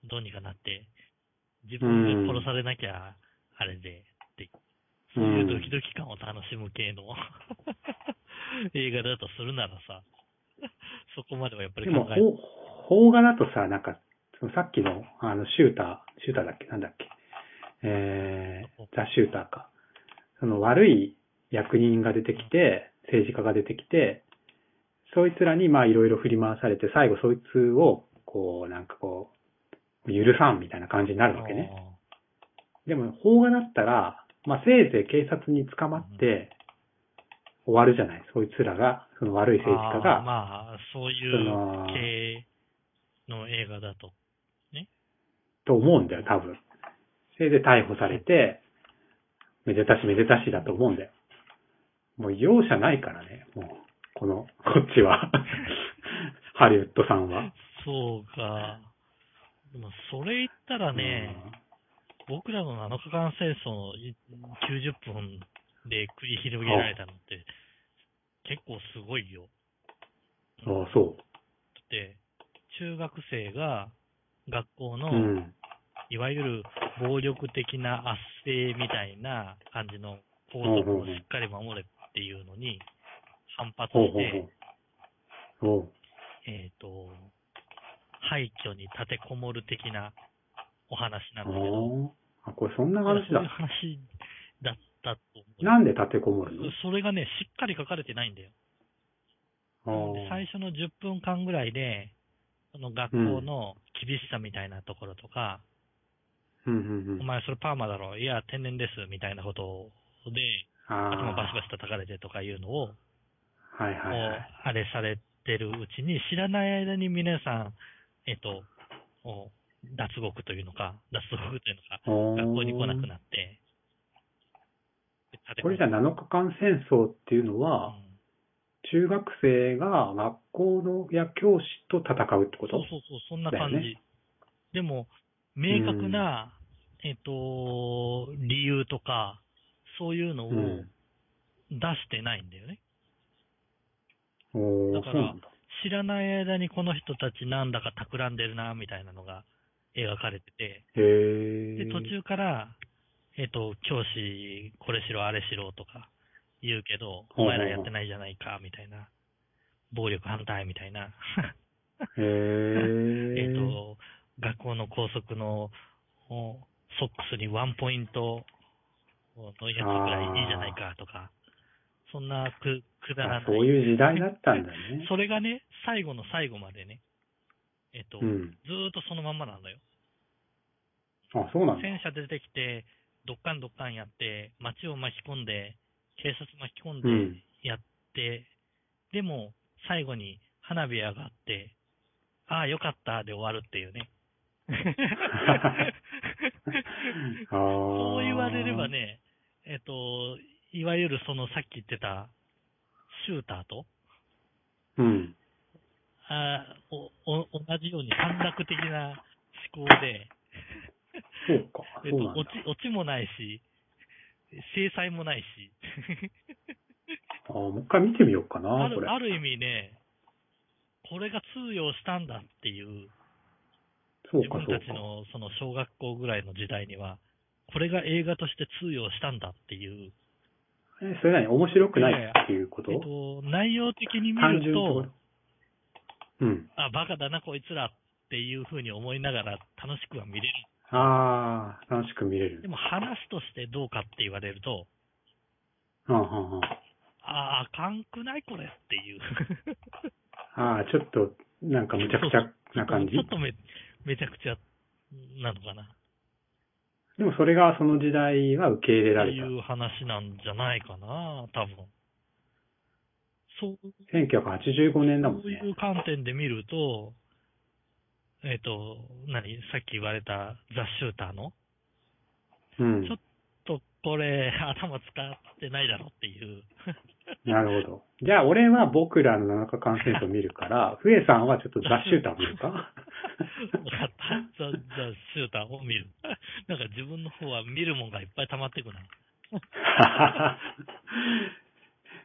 どうにかなって、自分が殺されなきゃ、あれで、って、そういうドキドキ感を楽しむ系の <laughs> 映画だとするならさ、そこまではやっぱり
で
考
も、
えて、
ほ邦画だとさ、なんか、そのさっきの、あの、シューター、シューターだっけなんだっけえー、ザ・シューターか。その悪い役人が出てきて、政治家が出てきて、そいつらにまあいろいろ振り回されて、最後そいつを、こう、なんかこう、許さんみたいな感じになるわけね。でも、邦画だったら、まあ、せいぜい警察に捕まって、終わるじゃない。そいつらが、その悪い
あー
政治家が
あー、まあ、そうい
そうの
系の映画だと。
と思うんだよ、多分。それで逮捕されて、めでたしめでたしだと思うんだよ。もう容赦ないからね、もう、この、こっち
<laughs>
は。ハリウッドさんは。
そうか。でも、それ言ったらね、僕らの7日間戦争のい90分で繰り広げられたのって、結構すごいよ。
うん。ああ、そ
だって、中学生が学校
う。
の、
うん。
いわゆる暴力的な圧政みたいな感じの校則をしっかり守れっていうのに反発
ほう
し
ほ
て、
うほう。おう。
えっ、と、廃墟に立てこもる的なお話なんだけど、
あーあ、これそんない
や
話
そういう
だ。
話だったと思う。
なんで立てこもるの
それがね、しっかり書かれてないんだよ。で最初の10分間ぐらいで、その学校の厳しさみたいなところとか、
うんうんう
お
ん。
前それパーマだろ、いや、天然です、みたいなことで、頭バシ
あ
バシ叩かれてとかいうのを、
あ。はいはいは
もう
い。
あれされてるうちに、知らない間に皆さん、えっと、お脱獄というのか、脱獄というのか、
おー
学校に来なくなって、
これじゃ
な
7日間戦争っていうのは、中学生が学校のや教師と戦うってこと
そうそうそう、そんな感じ。
だよ
でも、明確な、えっと、理由とか、そういうのを出
ん。
してないんだよね。
おー
だから
そうなんだ。
知らない間にこの人たちなんだか企んでるな、みたいなのが描かれてて、
へえ。
で、途中から、えっと、教師、これしろ、あれしろとか言うけど、
ほうほう
お前らやってないじゃないか、みたいな。暴力反対みたいな。
へえ。
<laughs> えっ、と、学校の校則のおソックスにワンポイントのやつぐらいいいじゃないかとか、そんなくくだら
あ
ない。
そういう時代だったんだね。
それがね、最後の最後までね、えっ、と、
うん。
ずーっとそのまんまなんだよ。
あ、そうなんだ。
戦車出てきて、どっかんどっかんやって、街を巻き込んで、警察巻き込ん
う
で
ん。
やって、でも、最後に花火上がって、ああ、よかったで終わるっていうね。
ああ。
そう言われれば。ね、えっ、と、いわゆるそのさっき言ってた、シューターと、
うん。
あーおお同じように短絡的な思考で、
そうか。
えっ
そ
と
うなんだ
落ち。落ちもないし、制裁もないし、
あーもう一回見てみようか
あ
な、これ
る。ある意味ね、これが通用したんだっていう、
そう
自
か、
分
そう
た
か
ち。のその小学校ぐらいの時代には、これが映画として通用したんだっていう、
え、それなに面白くないっていうこと
えっと、内容的に見
単純って
る
ことと、うん。
あ、バカだな、こいつらっていうふうに思いながら楽しくは見れる。
ああ、楽しく見れ
で
る。
も話としてどうかって言われると、
うんうんうん。あ
ああ、あかんくないこれっていう。
あー、ちょっと、なんかむちゃくちゃな感じ
ちょっとめ、めちゃくちゃなのかな。
でもそれがその時代は受け入れ
っ
ら
て
れ
い
た。
う話なんじゃないかな、多分。そう、
1985年だもん
そう
ね
い。う観点で見ると、えっ、と、何さっき言われたザ・シューターの、
うん
ちょ。っとこれ頭使ってないだろっていう。 <laughs>
なるほど。じゃあ俺は僕らの7日間戦争見る
<laughs>
から、ふえさんはちょっとザ・シューター見るか
分かった。ザ・ザ・シューターを見る。なんか自分の方は見るもんがいっぱい溜まってくな。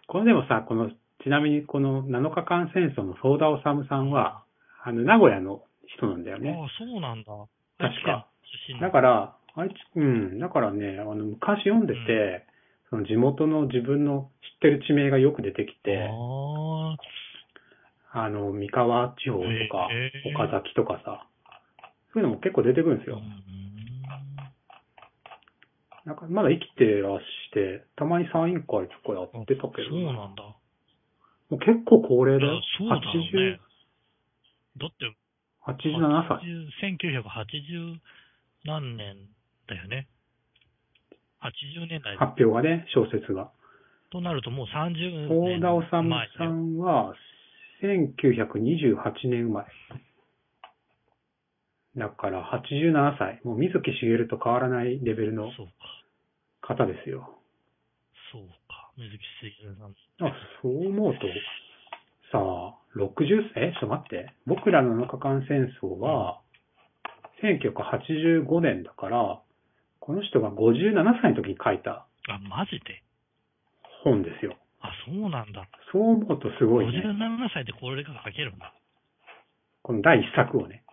これでもさ、この、ちなみにこの7日間戦争のソーダオサムさんは、あの、名古屋の人なんだよね。
ああ、そうなんだ。
確か
愛知県出身
だから、あいつ、うん、だからね、あの、昔読んでて、その地元の自分の知ってる地名がよく出てきて、
ああ、
あの、三河地方とか
へ、ー
岡崎とかさ、そういうのも結構出てくるんです
う
よ。
ん
なんかまだ生きてらして、たまにサイン会とかやってたけど、
そう
も
なんだ。
う結構高齢だ
いや
よ。
そうだろうね。だって、
80 87歳。
80 1980何年だよね。80年代
発表がね、小説が。
となるともう30
大
年
田治さ
前だよ
んは、1928年生まれ。だから、87歳。もう水木しげると変わらないレベルの
そうか。
方ですよ。
そうか。水木しげるさん。
あ、そう思うと、さあ、60え、ちょっと待って。僕らの7日間戦争は、1985年だから、この人が57歳の時に書いた
あ、マジで
本ですよ。
あ、そうなんだ。
そう思うとすごいね。
57歳でこれが書けるんだ。
この第一作をね。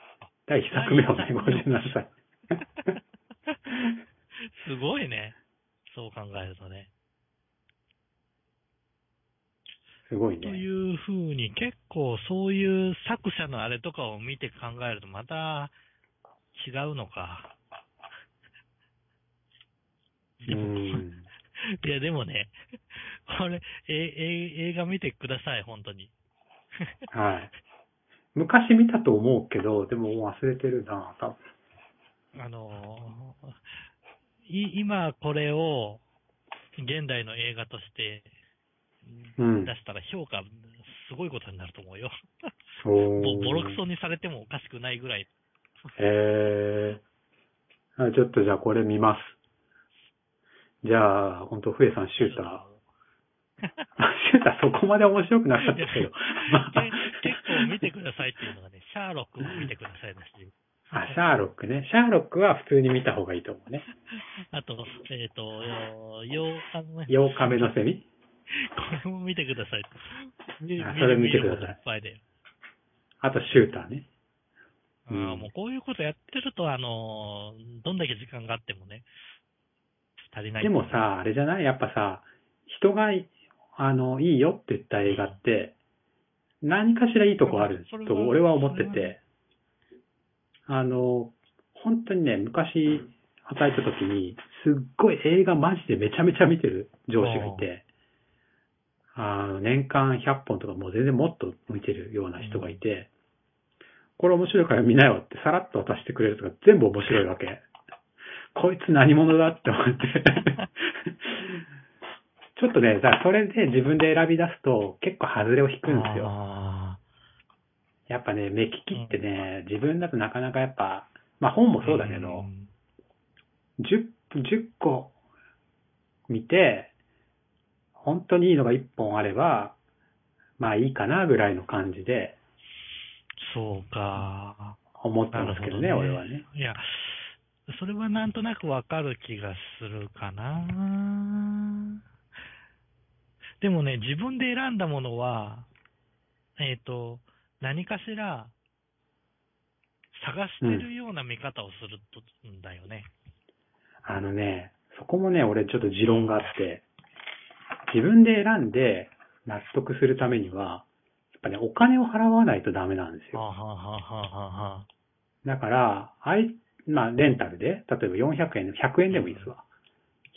第一作目をね、57歳。
すごいね。そう考えるとね。
すごい
と
ね。
いうふうに、結構そういう作者のあれとかを見て考えると、また違うのか。
うーん。
<laughs> いや、でもね、これ、え、え、映画見てください、本当に。
はい。昔見たと思うけど、でももう忘れてるな、多分。
あのーい、今これを現代の映画として
うん
出したら評価すごいことになると思うよ。 <laughs>
おー
もうボロクソにされてもおかしくないぐらい。
へえー。あちょっとじゃあこれ見ます。じゃあ、ほんと、ふえさん、シューター。 <laughs> シューターそこまで面白くなかったけど。
で結構見てくださいっていうのがね、シャーロックも見てくださいだし、
あ、シャーロックね。シャーロックは普通に見た方がいいと思うね。
あと、えっ、と、ようあのねこ
8日目のセミ。
れも見てください。
あそれ見てください
見ることいっぱいで。
あと、シューターね。
あ
う
ー
ん
もうこういうことやってると、あのーどんだけ時間があってもね、足りない。
でも、さ、あれじゃないやっぱさ、人がい、あの、いいよって言った映画って、何かしらいいとこある
それは
と俺は思って
それは
て、あの、本当にね、昔働いた時に、すっごい映画マジでめちゃめちゃ見てる上司がいて、あの、年間100本とかもう全然もっと見てるような人がいて、これ面白いから見なよってさらっと渡してくれるとか全部面白いわけ。こいつ何者だって思
<laughs>
って。ちょっとね、さ、それで自分で選び出すと結構外れを引くんですよ。
あ
やっぱね、目利きってね、自分だとなかなかやっぱ、まあ本も
ー
そうだけど、
ん
10、10個見て、本当にいいのが1本あれば、まあいいかなぐらいの感じで
そうか。
思ったんですけどね、
なるほ
俺
どね
はね。
いや、それはなんとなくわかる気がするかな。でもね、自分で選んだものは、えっ、と、何かしら、探してるような見方をするとんだよね。
あのね、そこもね、俺ちょっと持論があって、自分で選んで納得するためには、やっぱね、お金を払わないとダメなんです
は
よ。
あ、はあはあはあはあ、
だから、あい、まあ、レンタルで、例えば400円でも、100円でもいいですわ。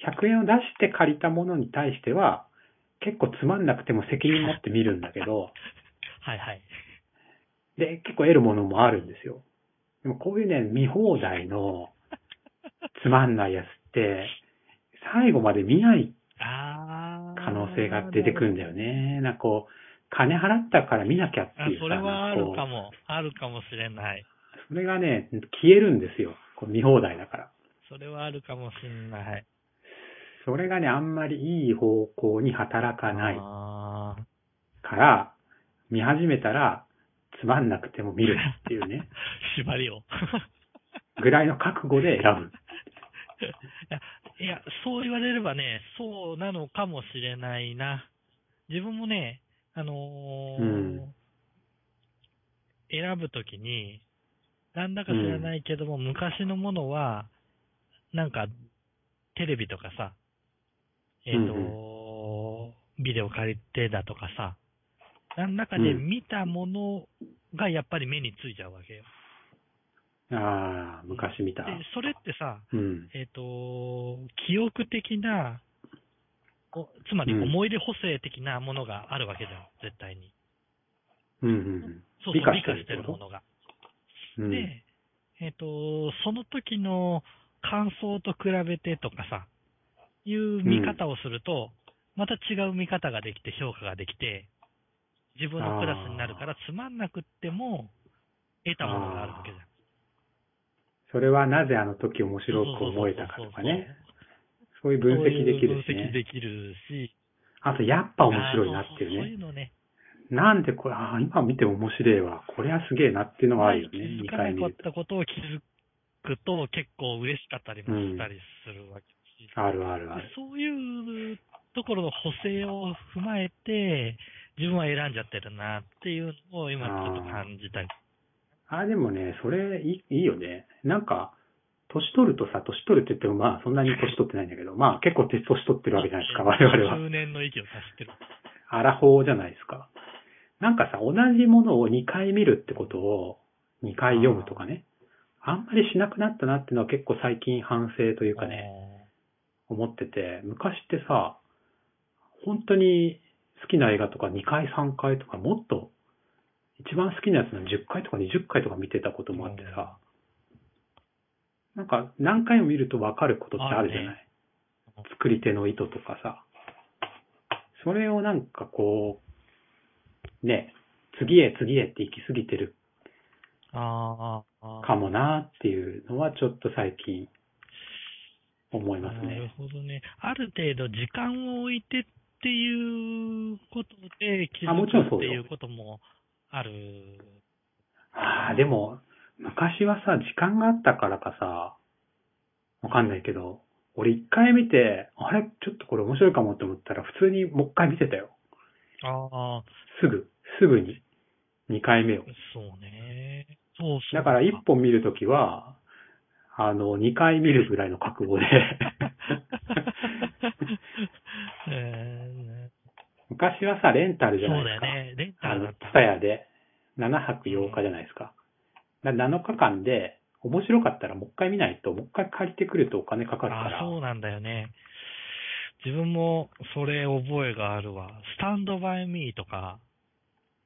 100円を出して借りたものに対しては、結構つまんなくても責任持って見るんだけど、
はいはい。
で、結構得るものもあるんですよ。でもこういうね、見放題のつまんないやつって、最後まで見ない
ああ。
可能性が出てくるんだよね。なんかこう、金払ったから見なきゃって
あ
いうさ
それはある
な
か
んこ
も。あるかもしれない。
うそれがね、消えるんですよ。こう見放題だから。
それはあるかもしれない。
それがね、あんまりいい方向に働かない
あー
から、見始めたら、つまんなくても見るっていう
<laughs>
ね、
縛りを。
ぐらいの覚悟で選ぶ。
いや、そう言われればね、そうなのかもしれないな。自分もね、あのー
うん
選ぶときに、なんだか知らないけども、昔のものは、なんか、テレビとかさ、えっ、と、ビデオ借りてだとかさ、なんだかで
うん
見たものがやっぱり目についちゃうわけよ。
ああ、昔見た
で。、それってさ、
うん。
えっ、と、記憶的な、おつまり
うん
思い出補正的なものがあるわけじゃん、絶対に。
うんうん
そうそう、
美
美
化
化
してる
してるものが。
うん。うん
で、えっ、と、その時の感想と比べてとかさ、いう見方をすると、また違う見方ができて評価ができて、自分のクラスになるからつまんなくっても得たものがあるわけじゃん。
それはなぜあの時面白く思えたかとかね。そういう分析できるし
そういう分析
ね。
できるし。
あと、やっぱ面白いなってい
あーそうそうそ
う
うい
ね。
うのね。
なんでこれ、ああ、今見ても面白いわ。これはすげえなっていうのはあるよね。
気
2
づかな
回見
かっ
ると。
たことを気づくと結構嬉しかったりもしたりするわけだし、
あるあるあ
で
る。
そういうところの補正を踏まえて、自分は選んじゃってるなっていうのを今ちょっと感じたり。
あ、でもね、それいいいいよね。なんか、年取るとさ、年取るって言ってもまあ、そんなに年取ってないんだけど、まあ結構年取ってるわけじゃないです <laughs> か、我々は。
10年の息を足してる。
アラフォーじゃないですか。なんかさ、同じものを2回見るってことを2回読むとかね。あんまりしなくなったなっていうのは結構最近反省というかね、思ってて、昔ってさ、本当に好きな映画とか2回3回とかもっと、一番好きなやつの10回とか20回とか見てたこともあってさ、なんか何回も見ると分かることってあるじゃない、
あるね
作り手の意図とかさ。それをなんかこう、ね、次へ次へって行き過ぎてる
あーあー。
かもなっていうのはちょっと最近思います
なる
ね。
ほどね。ある程度時間を置いてっていうことで気
あもちろん
づく
そ
っ
う
て
よ
いうこともある。
ああ、でも昔はさ、時間があったからかさ、わかんないけど、俺一回見て、あれちょっとこれ面白いかもって思ったら普通にもう一回見てたよ。
ああ、
すぐ、すぐに。二回目を。
そうね。そうそう。
だ
<laughs>
から一本見るときは、あの、二回見るぐらいの覚
<laughs>
悟で。
え
昔はさ、レンタル
ー
じゃ
そ
な
う
いで
だ
す
よ
か。
ね。レンタ
あ
ル
の
だっ、
ツタヤで、7泊8日じゃないですか。だ7日間で、面白かったらもう一回見ないと、もう一回借りてくるとお金かか
た。
るか
あ
ら。
そうなんだよね。自分もそれ覚えがあるわ。スタンドバイミーとか、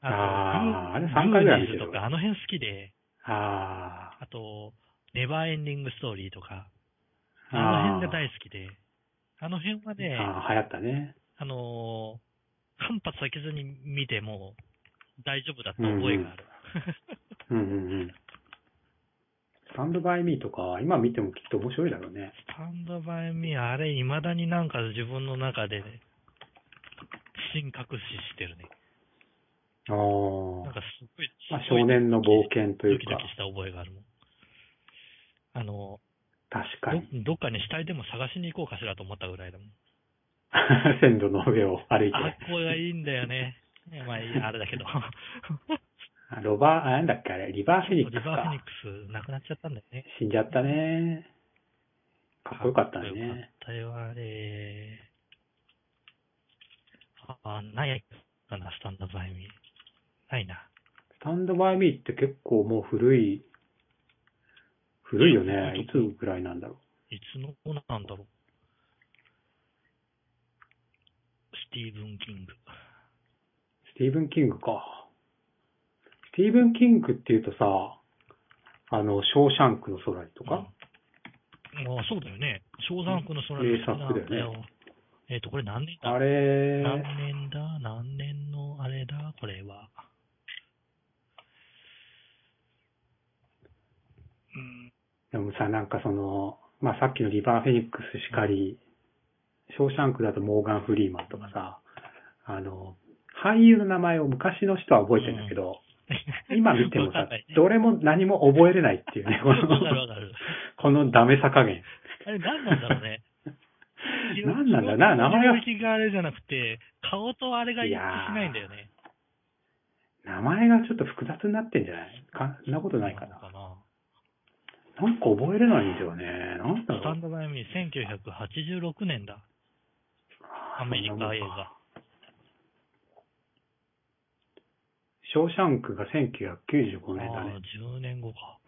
と
あー
グー
あれ三回ぐらい見
グー
て
ニー
る
ズとか、あの辺好きで、
あ
あと、ネバーエンディングストーリーとか、
あ。
あの辺が
あ
大好きで、あの辺はね、あ
あー流行ったね。
のー間髪開けずに見ても大丈夫だった覚えがある。
うんうんうん。スタンドバイミーとか、今見てもきっと面白いだろうね。
スタンドバイミー、あれ、未だになんか自分の中で、ね、神隠ししてるね。
あ
なん
あ。
かすごい、
まあ、
すごい
少年の冒険とい
ド
う
キド
か
キ、した覚えがあるもん。あの、
確か <laughs> に。
どどっかに死体でも探しに行こうかしらと思ったぐらいだもん。
線路の上を歩いて。 <laughs>
あ、これがいいんだよね。まあいい、あれだけど。
あロバー、あなんだっけあれ、リバーフェニック
リ
ス
バーフェ
か
ニッ。クス、なくなっちゃったんだよね。
死んじゃったね。かっこよかったね。
かっこよかったよ、あれ。あ、ないかな、スタンドバイミー。ないな。
スタンドバイミーって結構もう古い、古いよね。いつぐらいなんだろ
いつの子なんだろう。スティーブン・キング。
う。スティーブン・キングか。スティーブン・キングっていうとさ、あの、ショーシャンクの空にとか、
うん、あそうだよね。小山区の空に
うん名作だよね
えっ、と、これ何年だ
あれ、
何年だ何年のあれだこれは。うん。
でもさ、なんかその、まあ、さっきのリバー・フェニックスしかり、ショーシャンクだとモーガン・フリーマンとかさ、あの、俳優の名前を昔の人は覚えてるんだけど、今見ても
<laughs> わか
さ
んない、ね
どれも何も覚えれない
<laughs>
っていうね、こ
わか
の、
るわかる。
このダメさ加減。
あれ何なんだろうね。
<laughs> 何なんだな名前は
領域があれじゃなくて、顔とあれが一致しないんだよね。
名前がちょっと複雑になってんじゃないかそんなことないかな。
の
なんか覚えれないんだよね。なんだ
スタ
ろう
ン。ドバイミー1986年だ。
あー
アメリ
そんなも
カ
ん
映
か
画。
ショーシャンクが1995年だ
あ
ね
あ。ー、10年後か。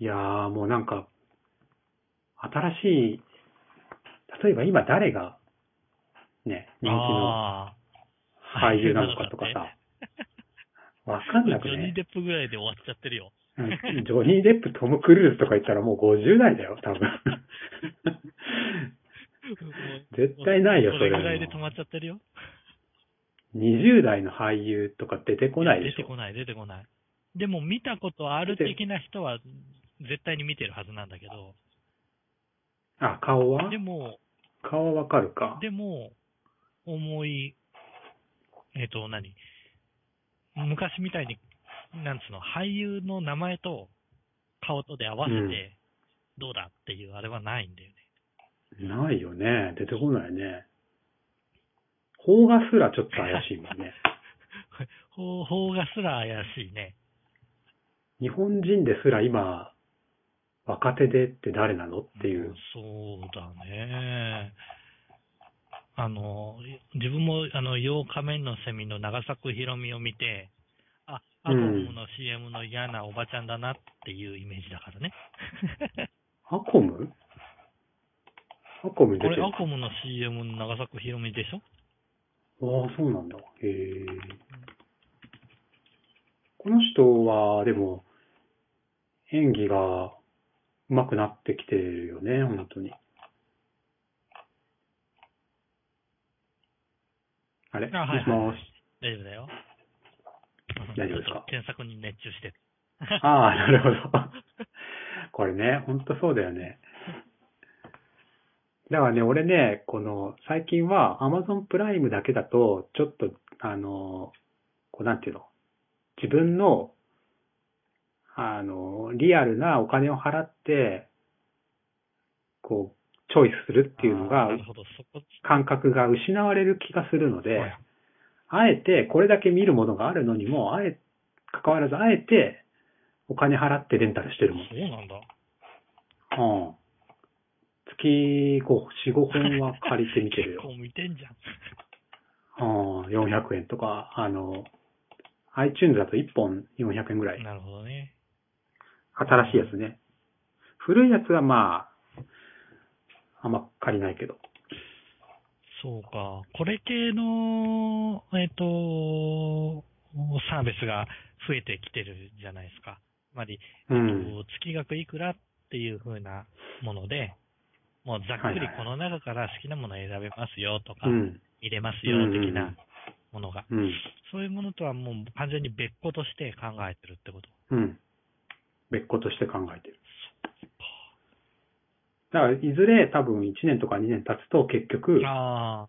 いやー、もうなんか、新しい、例えば今誰が、ね、人気の
ああ
俳優なのかとか
<laughs>
さ、わかんなく
ジョニー・
ね。
デップぐらいで終わっちゃってるよ。
うんジョニー・デップ、トム・クルーズとか言ったらもう50代だよ、
<laughs>
多分。絶対ないよ
そ
それ
れぐらいで止まっちゃってるよ。
20代の俳優とか出てこないで
出
してょ。
こない、出てこない。でも見たことある的な人は絶対に見てるはずなんだけど、
あ、顔は
でも、
顔はわかるか。
でも、重い、えっ、と、何昔みたいに、なんつうの、俳優の名前と顔とで合わせ
うん
て、どうだっていうあれはないんだよね。 <laughs>
ないよね。出てこないね。邦画すらちょっと怪しいもん
<laughs>
ね。
方法がすら怪しいね。
日本人ですら今、若手でって誰なのっていう。
うんそうだね。あの、自分も、あの、洋仮面のセミの長作ひろみを見て、あ、アコムの CM の嫌なおばちゃんだなっていうイメージだからね。
アコムアコム出て
これ
る。
ア
あ
コムの CM の長作ひろみでしょ
あー、そうなんだ。へえ。この人は、でも、演技が上手くなってきてるよね、本当に。あれ
あはいはい
もしもし。
大丈夫だよ。
大丈夫ですか
ちょっと検索に熱中してる。
ああ、なるほど。これね、ほんとそうだよね。だからね、俺ね、この、最近は Amazon プライムだけだと、ちょっと、あの、こうなんていうの、自分の、あの、リアルなお金を払って、こう、チョイスするっていうの
あー
が
な、るほど、そこ。
感覚が失われる気がするので、
はい
あえて、これだけ見るものがあるのにも、あえ、関わらず、あえて、お金払ってレンタルしてるも
そうなんだ。
ん。うん。月こう4、5本は借りて見てる
結
よ。
構見てんじゃん。
うん、400円とか、あの、iTunes だと1本400円ぐらい。
なるほどね。
新しいやつね。古いやつはまあ、あんま借りないけど。
そうか。これ系の、えっ、と、サービスが増えてきてるじゃないですか。つまり、
うん。
月額いくらっていう風なもので、もうざっく
はい
り
はい
この中から好きなもの選べますよとか、
うん。
入れますよ的
うんうんうん
なものが、
うん。
そういうものとはもう完全に別個として考えてるってこと。
うん。別個として考えてる。だから、いずれ多分1年とか2年経つと結局、
ああ、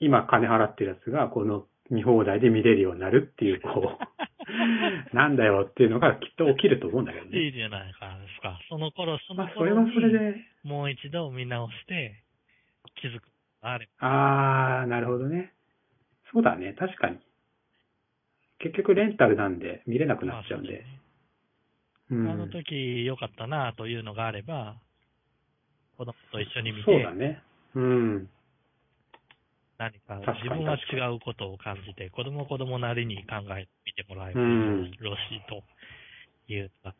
今金払ってるやつがこの見放題で見れるようになるっていう、こ
<laughs>
う、なんだよっていうのがきっと起きると思うんだけど
い
ね。
いじゃないですか。その頃、そ
ま
の
あ、それ
頃
は
に
それで、
もう一度見直して気づく。あれ
あー、なるほどね。そうだね、確かに。結局レンタルなんで見れなくなっちゃうん
まあ
で。う
そうですね
ん。
あの時良かったなというのがあれば、子供と一緒に見
そうだ
て、
ね。うん。
何か
確かに
自分は違うことを感じて、子供は子供なりに考えてみてもらえ
う
る
ん。
らしいというか、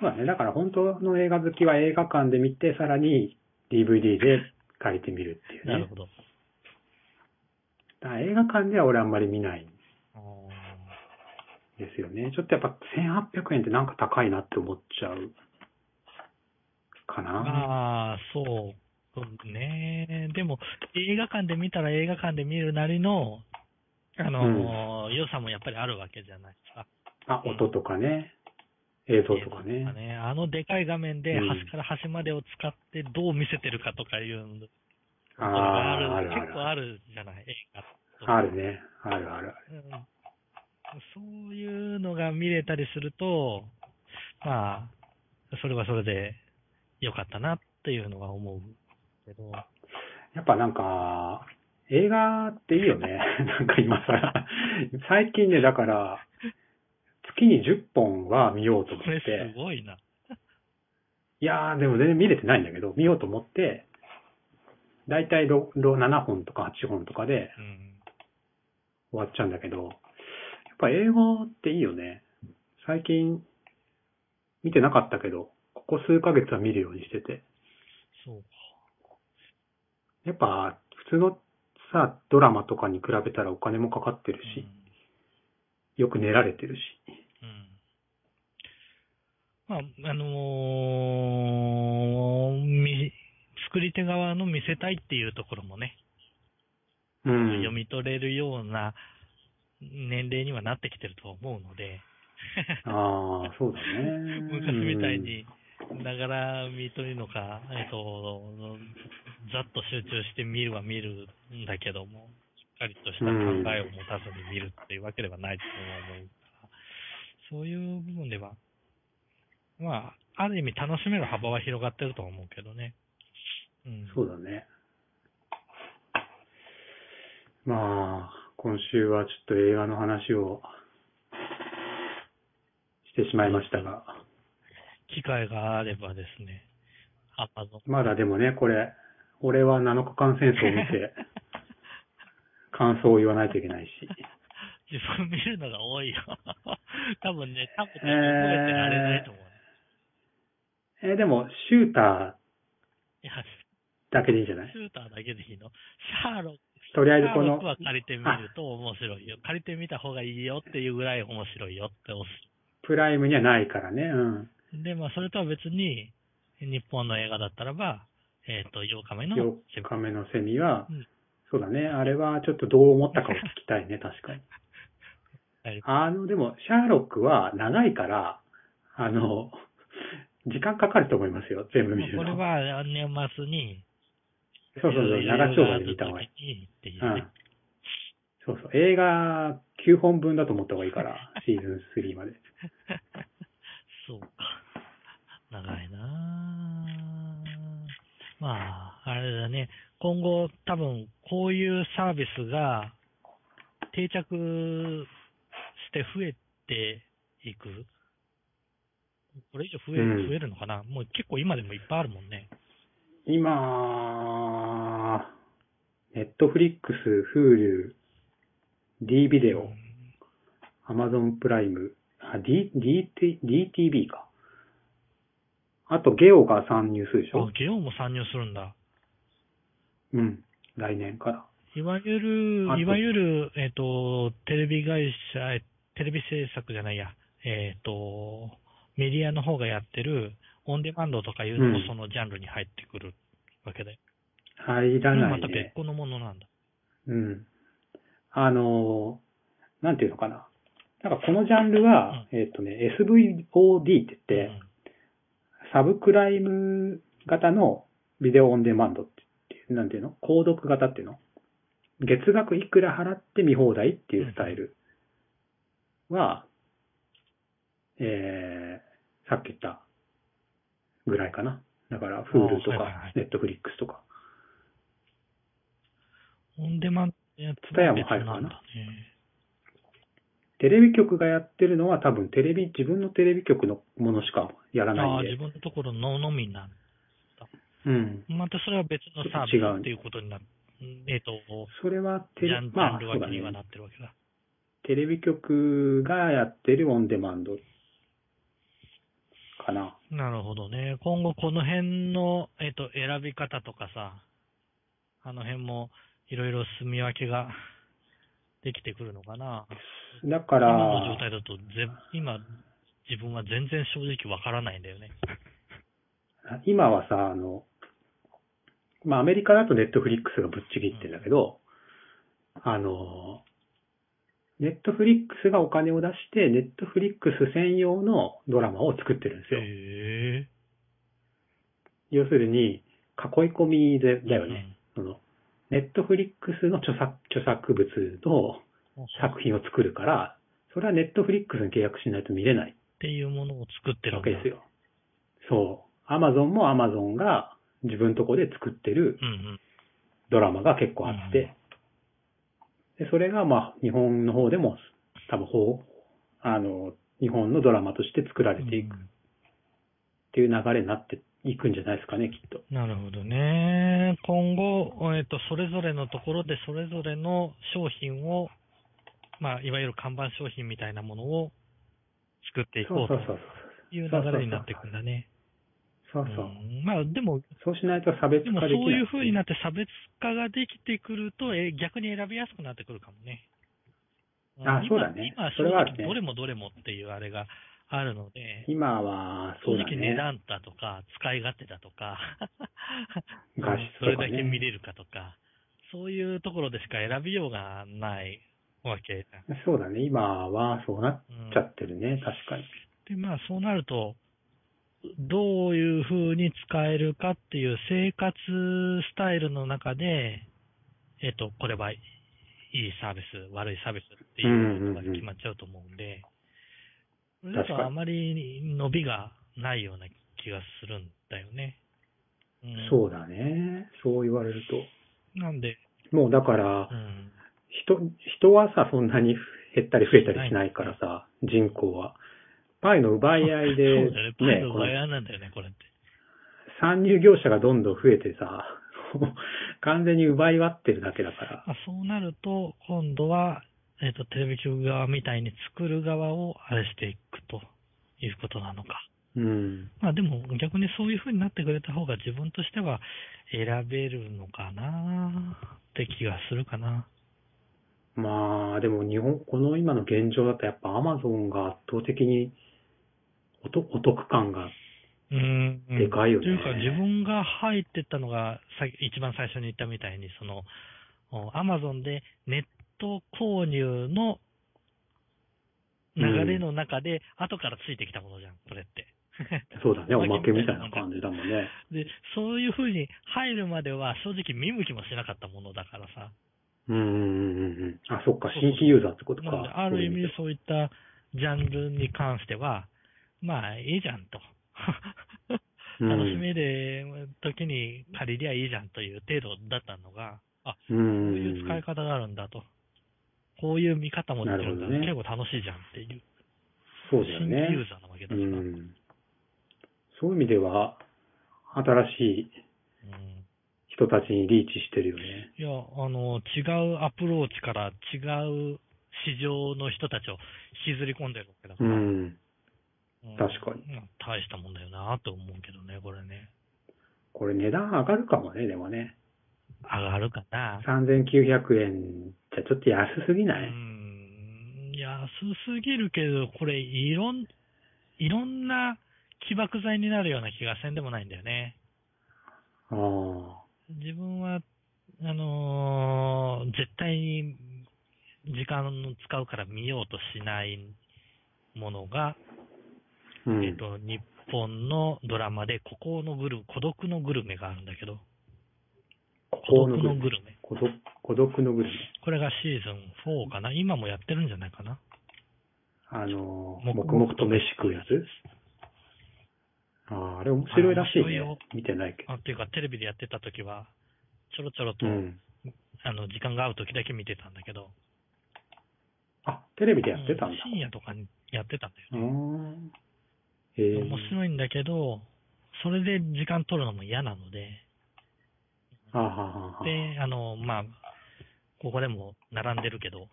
そうだね。だから本当の映画好きは映画館で見て、さらに DVD で借りてみるっていう
なる
ね
ほ。ど。
だから映画館では俺あんまり見ないん
あー
ですよね。ちょっとやっぱ1800円ってなんか高いなって思っちゃうかな。
ああ、そう。そうね。でも、映画館で見たら映画館で見るなりの、あのー良さもやっぱりあるわけじゃないですか。
あ、音とかね。映像とか
映像
ね。
あのでかい画面で
うん
端から端までを使ってどう見せてるかとかいうの
あ
がある
あ、あるあ
結構
る。
あるじゃない、映画とか
あるね。あるあるある。
うんそういうのが見れたりすると、まあ、それはそれで良かったなっていうのは思うけど、
やっぱなんか、映画っていいよね。 <laughs> なんか今さ、最近ね、だから、月に10本は見ようと思っ
これ
て
す、ごいな。
いやー、でも全然見れてないんだけど、見ようと思って、だいたいろろ7本とか8本とかで
うん。
終わっちゃうんだけど、やっぱ映画っていいよね。最近、見てなかったけど、ここ数ヶ月は見るようにしてて。
そうか。
やっぱ、普通のさ、ドラマとかに比べたらお金もかかってる
う
し、
ん
よく寝られてるし。
うんまあ、あのーみ作り手側の見せたいっていうところもね、
うん。
読み取れるような年齢にはなってきてると思うので、
ああ、そうだ
<laughs>
ね。
昔みたいに、ながら見とるのか、えっと、ざっと集中して見るは見るんだけども、しっかりとした考えを持たずに見るっていうわけではないと思うから、そういう部分では、まあ、ある意味楽しめる幅は広がってるとは思うけどね。うん
うん。そうだね。まあ、今週はちょっと映画の話をしてしまいましたが、
機会があればですね、ああの、
まだでもね、これ、俺は7日間戦争を見て、 <laughs> 感想を言わないといけないし。
自分見るのが多いよ。 <laughs> 多分ね、多分ね、
え
覚えて
ー
られないと思う。
えーでも、シュータ
いや、
ーだけでいいんじゃない
シューターだけでいいのシャーロック。
とりあえずこ
シャーロ
の
ック、は借りてみると面白いよ。借りてみた方がいいよっていうぐらい面白いよっておっ
プライムにはないからね、うん。
で、まあ、それとは別に、日本の映画だったらば、えっ、と、8日目の
4
セブン
日目のセミは
うん、
そうだね、あれはちょっとどう思ったかを聞きたい
<laughs>
ね、確かに。あの、でも、シャーロックは長いから、あの、時間かかると思いますよ、全部見る
ま
の。
あこれは年末に、
そうそうそう、長丁場で見た方がいい。
い。っていう
う
ね
ん。そうそう、映画9本分だと思った方がいい
<laughs>
から、シーズン3まで。
そうか。長いなぁまあ、あれだね。今後、多分、こういうサービスが定着して増えていく。これ以上増え,、
うん
増えるのかなもう結構今でもいっぱいあるもんね。
今、ネットフリックス、フール、D ビデ
う
オ、
ん
アマゾンプライム、あ、D、DT、DTV か。あと、ゲオが参入するでしょ
あ、ゲオも参入するんだ。
うん。来年から。
いわゆる
あ、と
いわゆる、えっ、と、テレビ会社、えテレビ制作じゃないや、えっ、と、メディアの方がやってる、オンデマンドとかいうのも
うん
そのジャンルに入ってくるわけで。
入らな
また
い
別
ね。
個のものなんだ。
うん。あのーなんていうのかな。なんかこのジャンルは、えっ、とね、SVOD って
う
言って、
ん
サブクライム型のビデオオンデマンドっていう、なんていうの購読型っていうの月額いくら払って見放題っていうスタイルは、えー、さっき言ったぐらいかな。だから、Hulu と
はいはいは
か
い、
Netflix とか。
オンデマンいや、ツ
タヤも入るかな
なんだね。
テレビ局がやってるのは多分テレビ、自分のテレビ局のものしかやら
あ
な
あ、
いんで。
自分のところののみなん
うん。
またそれは別のサー
ちょっと違う
ビスっていうことになる。えっ、と、
それはテ
ジ
レ
ャン、ジャ
ま
ン
あ、
ル
そう
分
だ
けにはな
ね
っ。てるわけだ。
テレビ局がやってるオンデマンドかな。
なるほどね。今後この辺の、えっ、と、選び方とかさ、あの辺もいろいろ住み分けができてくるのかな。
だか
今の状
ら、
態だとぜ、今、自分は全然正直わからないんだよね。
今はさ、あの、まあ、アメリカだとネットフリックスがぶっちぎってんだけど、あの、ネットフリックスがお金を出して、ネットフリックス専用のドラマを作ってるんですよ。
へえ。
要するに、囲い込みでだよね。
ね。
その、ネットフリックスの著作、著作物の
もうそうっ
作品を作るから、それはネットフリックスに契約しないと見れない
ていうものを作ってる
わ
んだ
けです。よ。そう。アマゾンもアマゾンが自分とこで作ってる
うんうん。
ドラマが結構あって、でそれがまあ日本の方でも多分ほうあの、日本のドラマとして作られていくっ
うん
ていう流れになっていくんじゃないですかね、きっと。
なるほどね。今後、えっと、それぞれのところでそれぞれの商品を、まあ、いわゆる看板商品みたいなものを作ってい
そ
こ
う
う
そ
と
うそう
いう流れになっていくんだね。
そう。そう
う
そう。
んまあ、でも、
そうしないと差別
で
化
も
で
そ
きない。
ういう風になって差別化ができてくると、え逆に選びやすくなってくるかもね。
あ
ん
そうだね
今、
そ
正
れはある
直
ね
どれもどれもっていうあれがあるので、
今は、そ
正
うだ
直値
ね。
段だとか、使い勝手だとか、
画質
それ
とか
だけ見
ね。
れるかとか、そういうところでしか選びようがないわけだ。
そうだね。今はそうなっ
うん
ちゃってるね。確かに。
で、まあそうなると、どういう風に使えるかっていう生活スタイルの中で、えっ、と、これはいいサービス、悪いサービスっていうことが決まっちゃうと思うんで、それだ
確か
と
に
あまり伸びがないような気がするんだよね。うん
そうだね。そう言われる
なんで、
と。もうだから
う、ん、
人、人はさ、そんなに減ったり増えたりしないからさ、人口は。パイの奪い合いで
そうだよね、、パイ
ね、
の
こ
場合
の
なんだよね、これって。
参入業者がどんどん増えてさ、 <laughs> 完全に奪い割ってるだけだから。
まあ、そうなると、今度は、えっ、と、テレビ局側みたいに作る側をあれしていくということなのか。
うん。
まあでも逆にそういう風になってくれた方が自分としては選べるのかなって気がするかな。
まあ、でも日本、この今の現状だとやっぱアマゾンが圧倒的におとお得感が、
うん。
でかいよね
というか自分が入ってったのが、さ一番最初に言ったみたいに、その、アマゾンでネット購入の流れの中で、後からついてきたものじゃん、これって。 <laughs>
そうだね、お
お
ま
ま
け
け
み
み
た
た
い
い
な
な
感じだもんね。
で、そういう風に入るまでは正直見向きもしなかったものだからさ。
うんうんうんうん。あ、そっか、新規ユーザーってこと
なので、
か。
ある意味
そ
そういったジャンルに関しては、まあ、いいじゃんと。
ういう意
<laughs> 楽し
味で
める時に借りりゃいいじゃんという程度だったのが、あ、
うんう
こう
んうん
いう使い方があるんだと。こういう見方もでき
な
るんだ。
るほどね
結構楽しいじゃんっていう。
そうだよね。
新規ユーザーなわけだ
う
から。うん
んそういう意味では、新しい人たちにリーチしてるよね。
いや、あの、違うアプローチから違う市場の人たちを引きずり込んでるわけだか
う
ら。
ん。
うん
確かに。
まあ大したもんだよなと思うけどね、これね。
これ値段上がるかもね、でもね。
上がるかな。
3900円じゃちょっと安すぎ
う
ない、
ん、安すぎるけど、これ、いろん、いろんな起爆剤になるような気がせんでもないんだよね。
ああ。
自分は、あのー絶対に時間を使うから見ようとしないものが、
うん。
えっと、日本のドラマで、孤高のグル、孤独のグルメがあるんだけど、孤独のグルメ。
孤独孤独のグルメ。
これがシーズン4かな今もやってるんじゃないかな
あの、
黙
黙
々
々と飯食うやつああ、あれ面白いらしい
あれ面白い
ね
よ。
見てないけど。
あっていうか、テレビでやってた時は、ちょろちょろと、
うん。
あの、時間が合う時だけ見てたんだけど。
あ、テレビでやってたんだ
う。深夜とかにやってたんだよ
うーん。へ
ね。
え
面白いんだけど、それで時間取るのも嫌なので、
はあ、はあはあはあ、
で、あの、まあ、ここでも並んでるけど、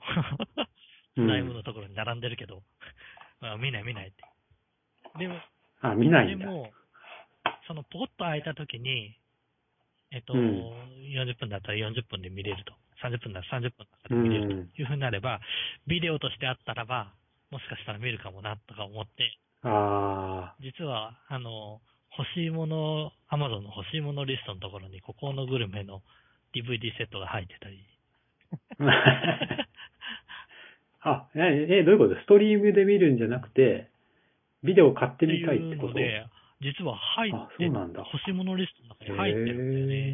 うん
ライブのところに並んでるけど、あ見ない見ないって。でも、
あ、見ないん
で
だ。
も、そのポコッと開いた時に、えっと、
うん
40分だったら40分で見れると。30分なら30分だった
う
ら見れる
ん。
というふうになれば、ビデオとしてあったらば、もしかしたら見るかもなとか思って、
あ
実は、あの、欲しいもの、アマゾンの欲しいものリストのところに、ここのグルメの DVD セットが入ってたり、
あ。 <laughs> あ、え、えどういうことストリームで見るんじゃなくて、ビデオ買ってみたいってこと
っていうので、実は入
あ
っ
そう
て、
なんだ
欲しいものリストの中に入ってるんだよね。
へ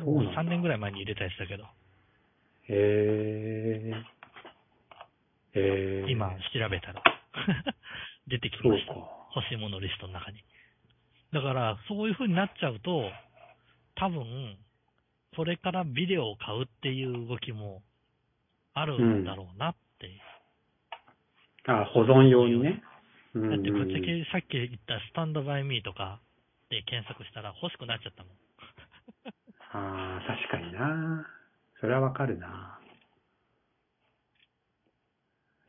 ーそう
もう
なんだ
3年ぐらい前に入れたやつだけど、
へえ。へえ。
今調べたら <laughs> 出てき
そう
ま
か
した。。欲しいものリストの中に。だから、そういう風になっちゃうと、多分、これからビデオを買うっていう動きもあるんだろうなっていう。
あ、保存用にね。うん
だってぶっちゃ
うん
けさっき言ったスタンドバイミーとかで検索したら欲しくなっちゃったもん。
ああ、確かにな。それはわかるな。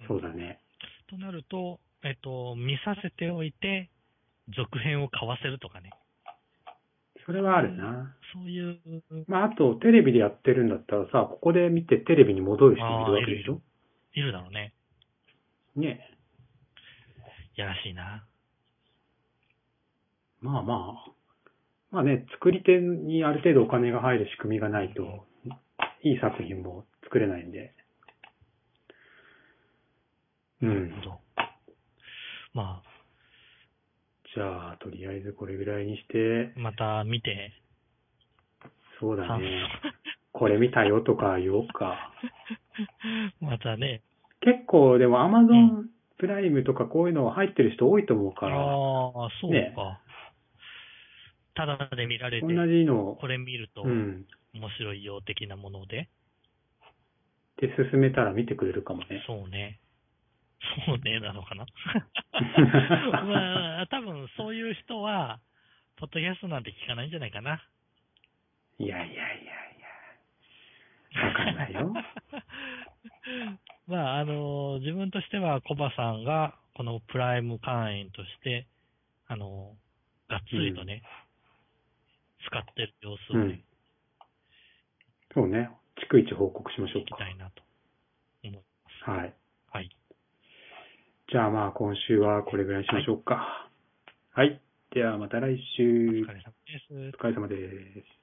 そうだね。
となると、えっと、見させておいて、続編を買わせるとかね。
それはあるな。
そういう、
まあ、あと、テレビでやってるんだったらさ、ここで見てテレビに戻る人もいるわけでしょ
いるだろうね。
ね
やらしいな。
まあまあ。まあね、作り手にある程度お金が入る仕組みがないと、いい作品も作れないんで。う
なんる。ほど。ま
じゃあ、とりあえずこれぐらいにして
あ、、また見て、
そうだ
感
ね。
想。
これ見たよとか言おうか。
またね。
結構でも
う
Amazon プライムとかこういうの入ってる人多いと思う
あ
から、
あー、そうか。
ね
ただで見られて
同、じのを
こ、れ見ると
う
面
ん、
白いよ的なもので。
で進めたら見てくれるかもね。
そうね。そうね、なの
<laughs>
かなまあ、多分そういう人は、ポッドキャストなんて聞かないんじゃないかな。
いやいやいやいや。わかんないよ。
<laughs> まあ、あの、自分としては、コバさんが、このプライム会員として、あの、がっつりとね、使ってる様子をね、
うんそうね。逐一報告しましょ
いうきたいなと思います。
か。はい。
はい。
じゃあまあ今週はこれぐらいにしましょうか。はい。ではまた来週
お疲。れ様です。
お疲れ様です。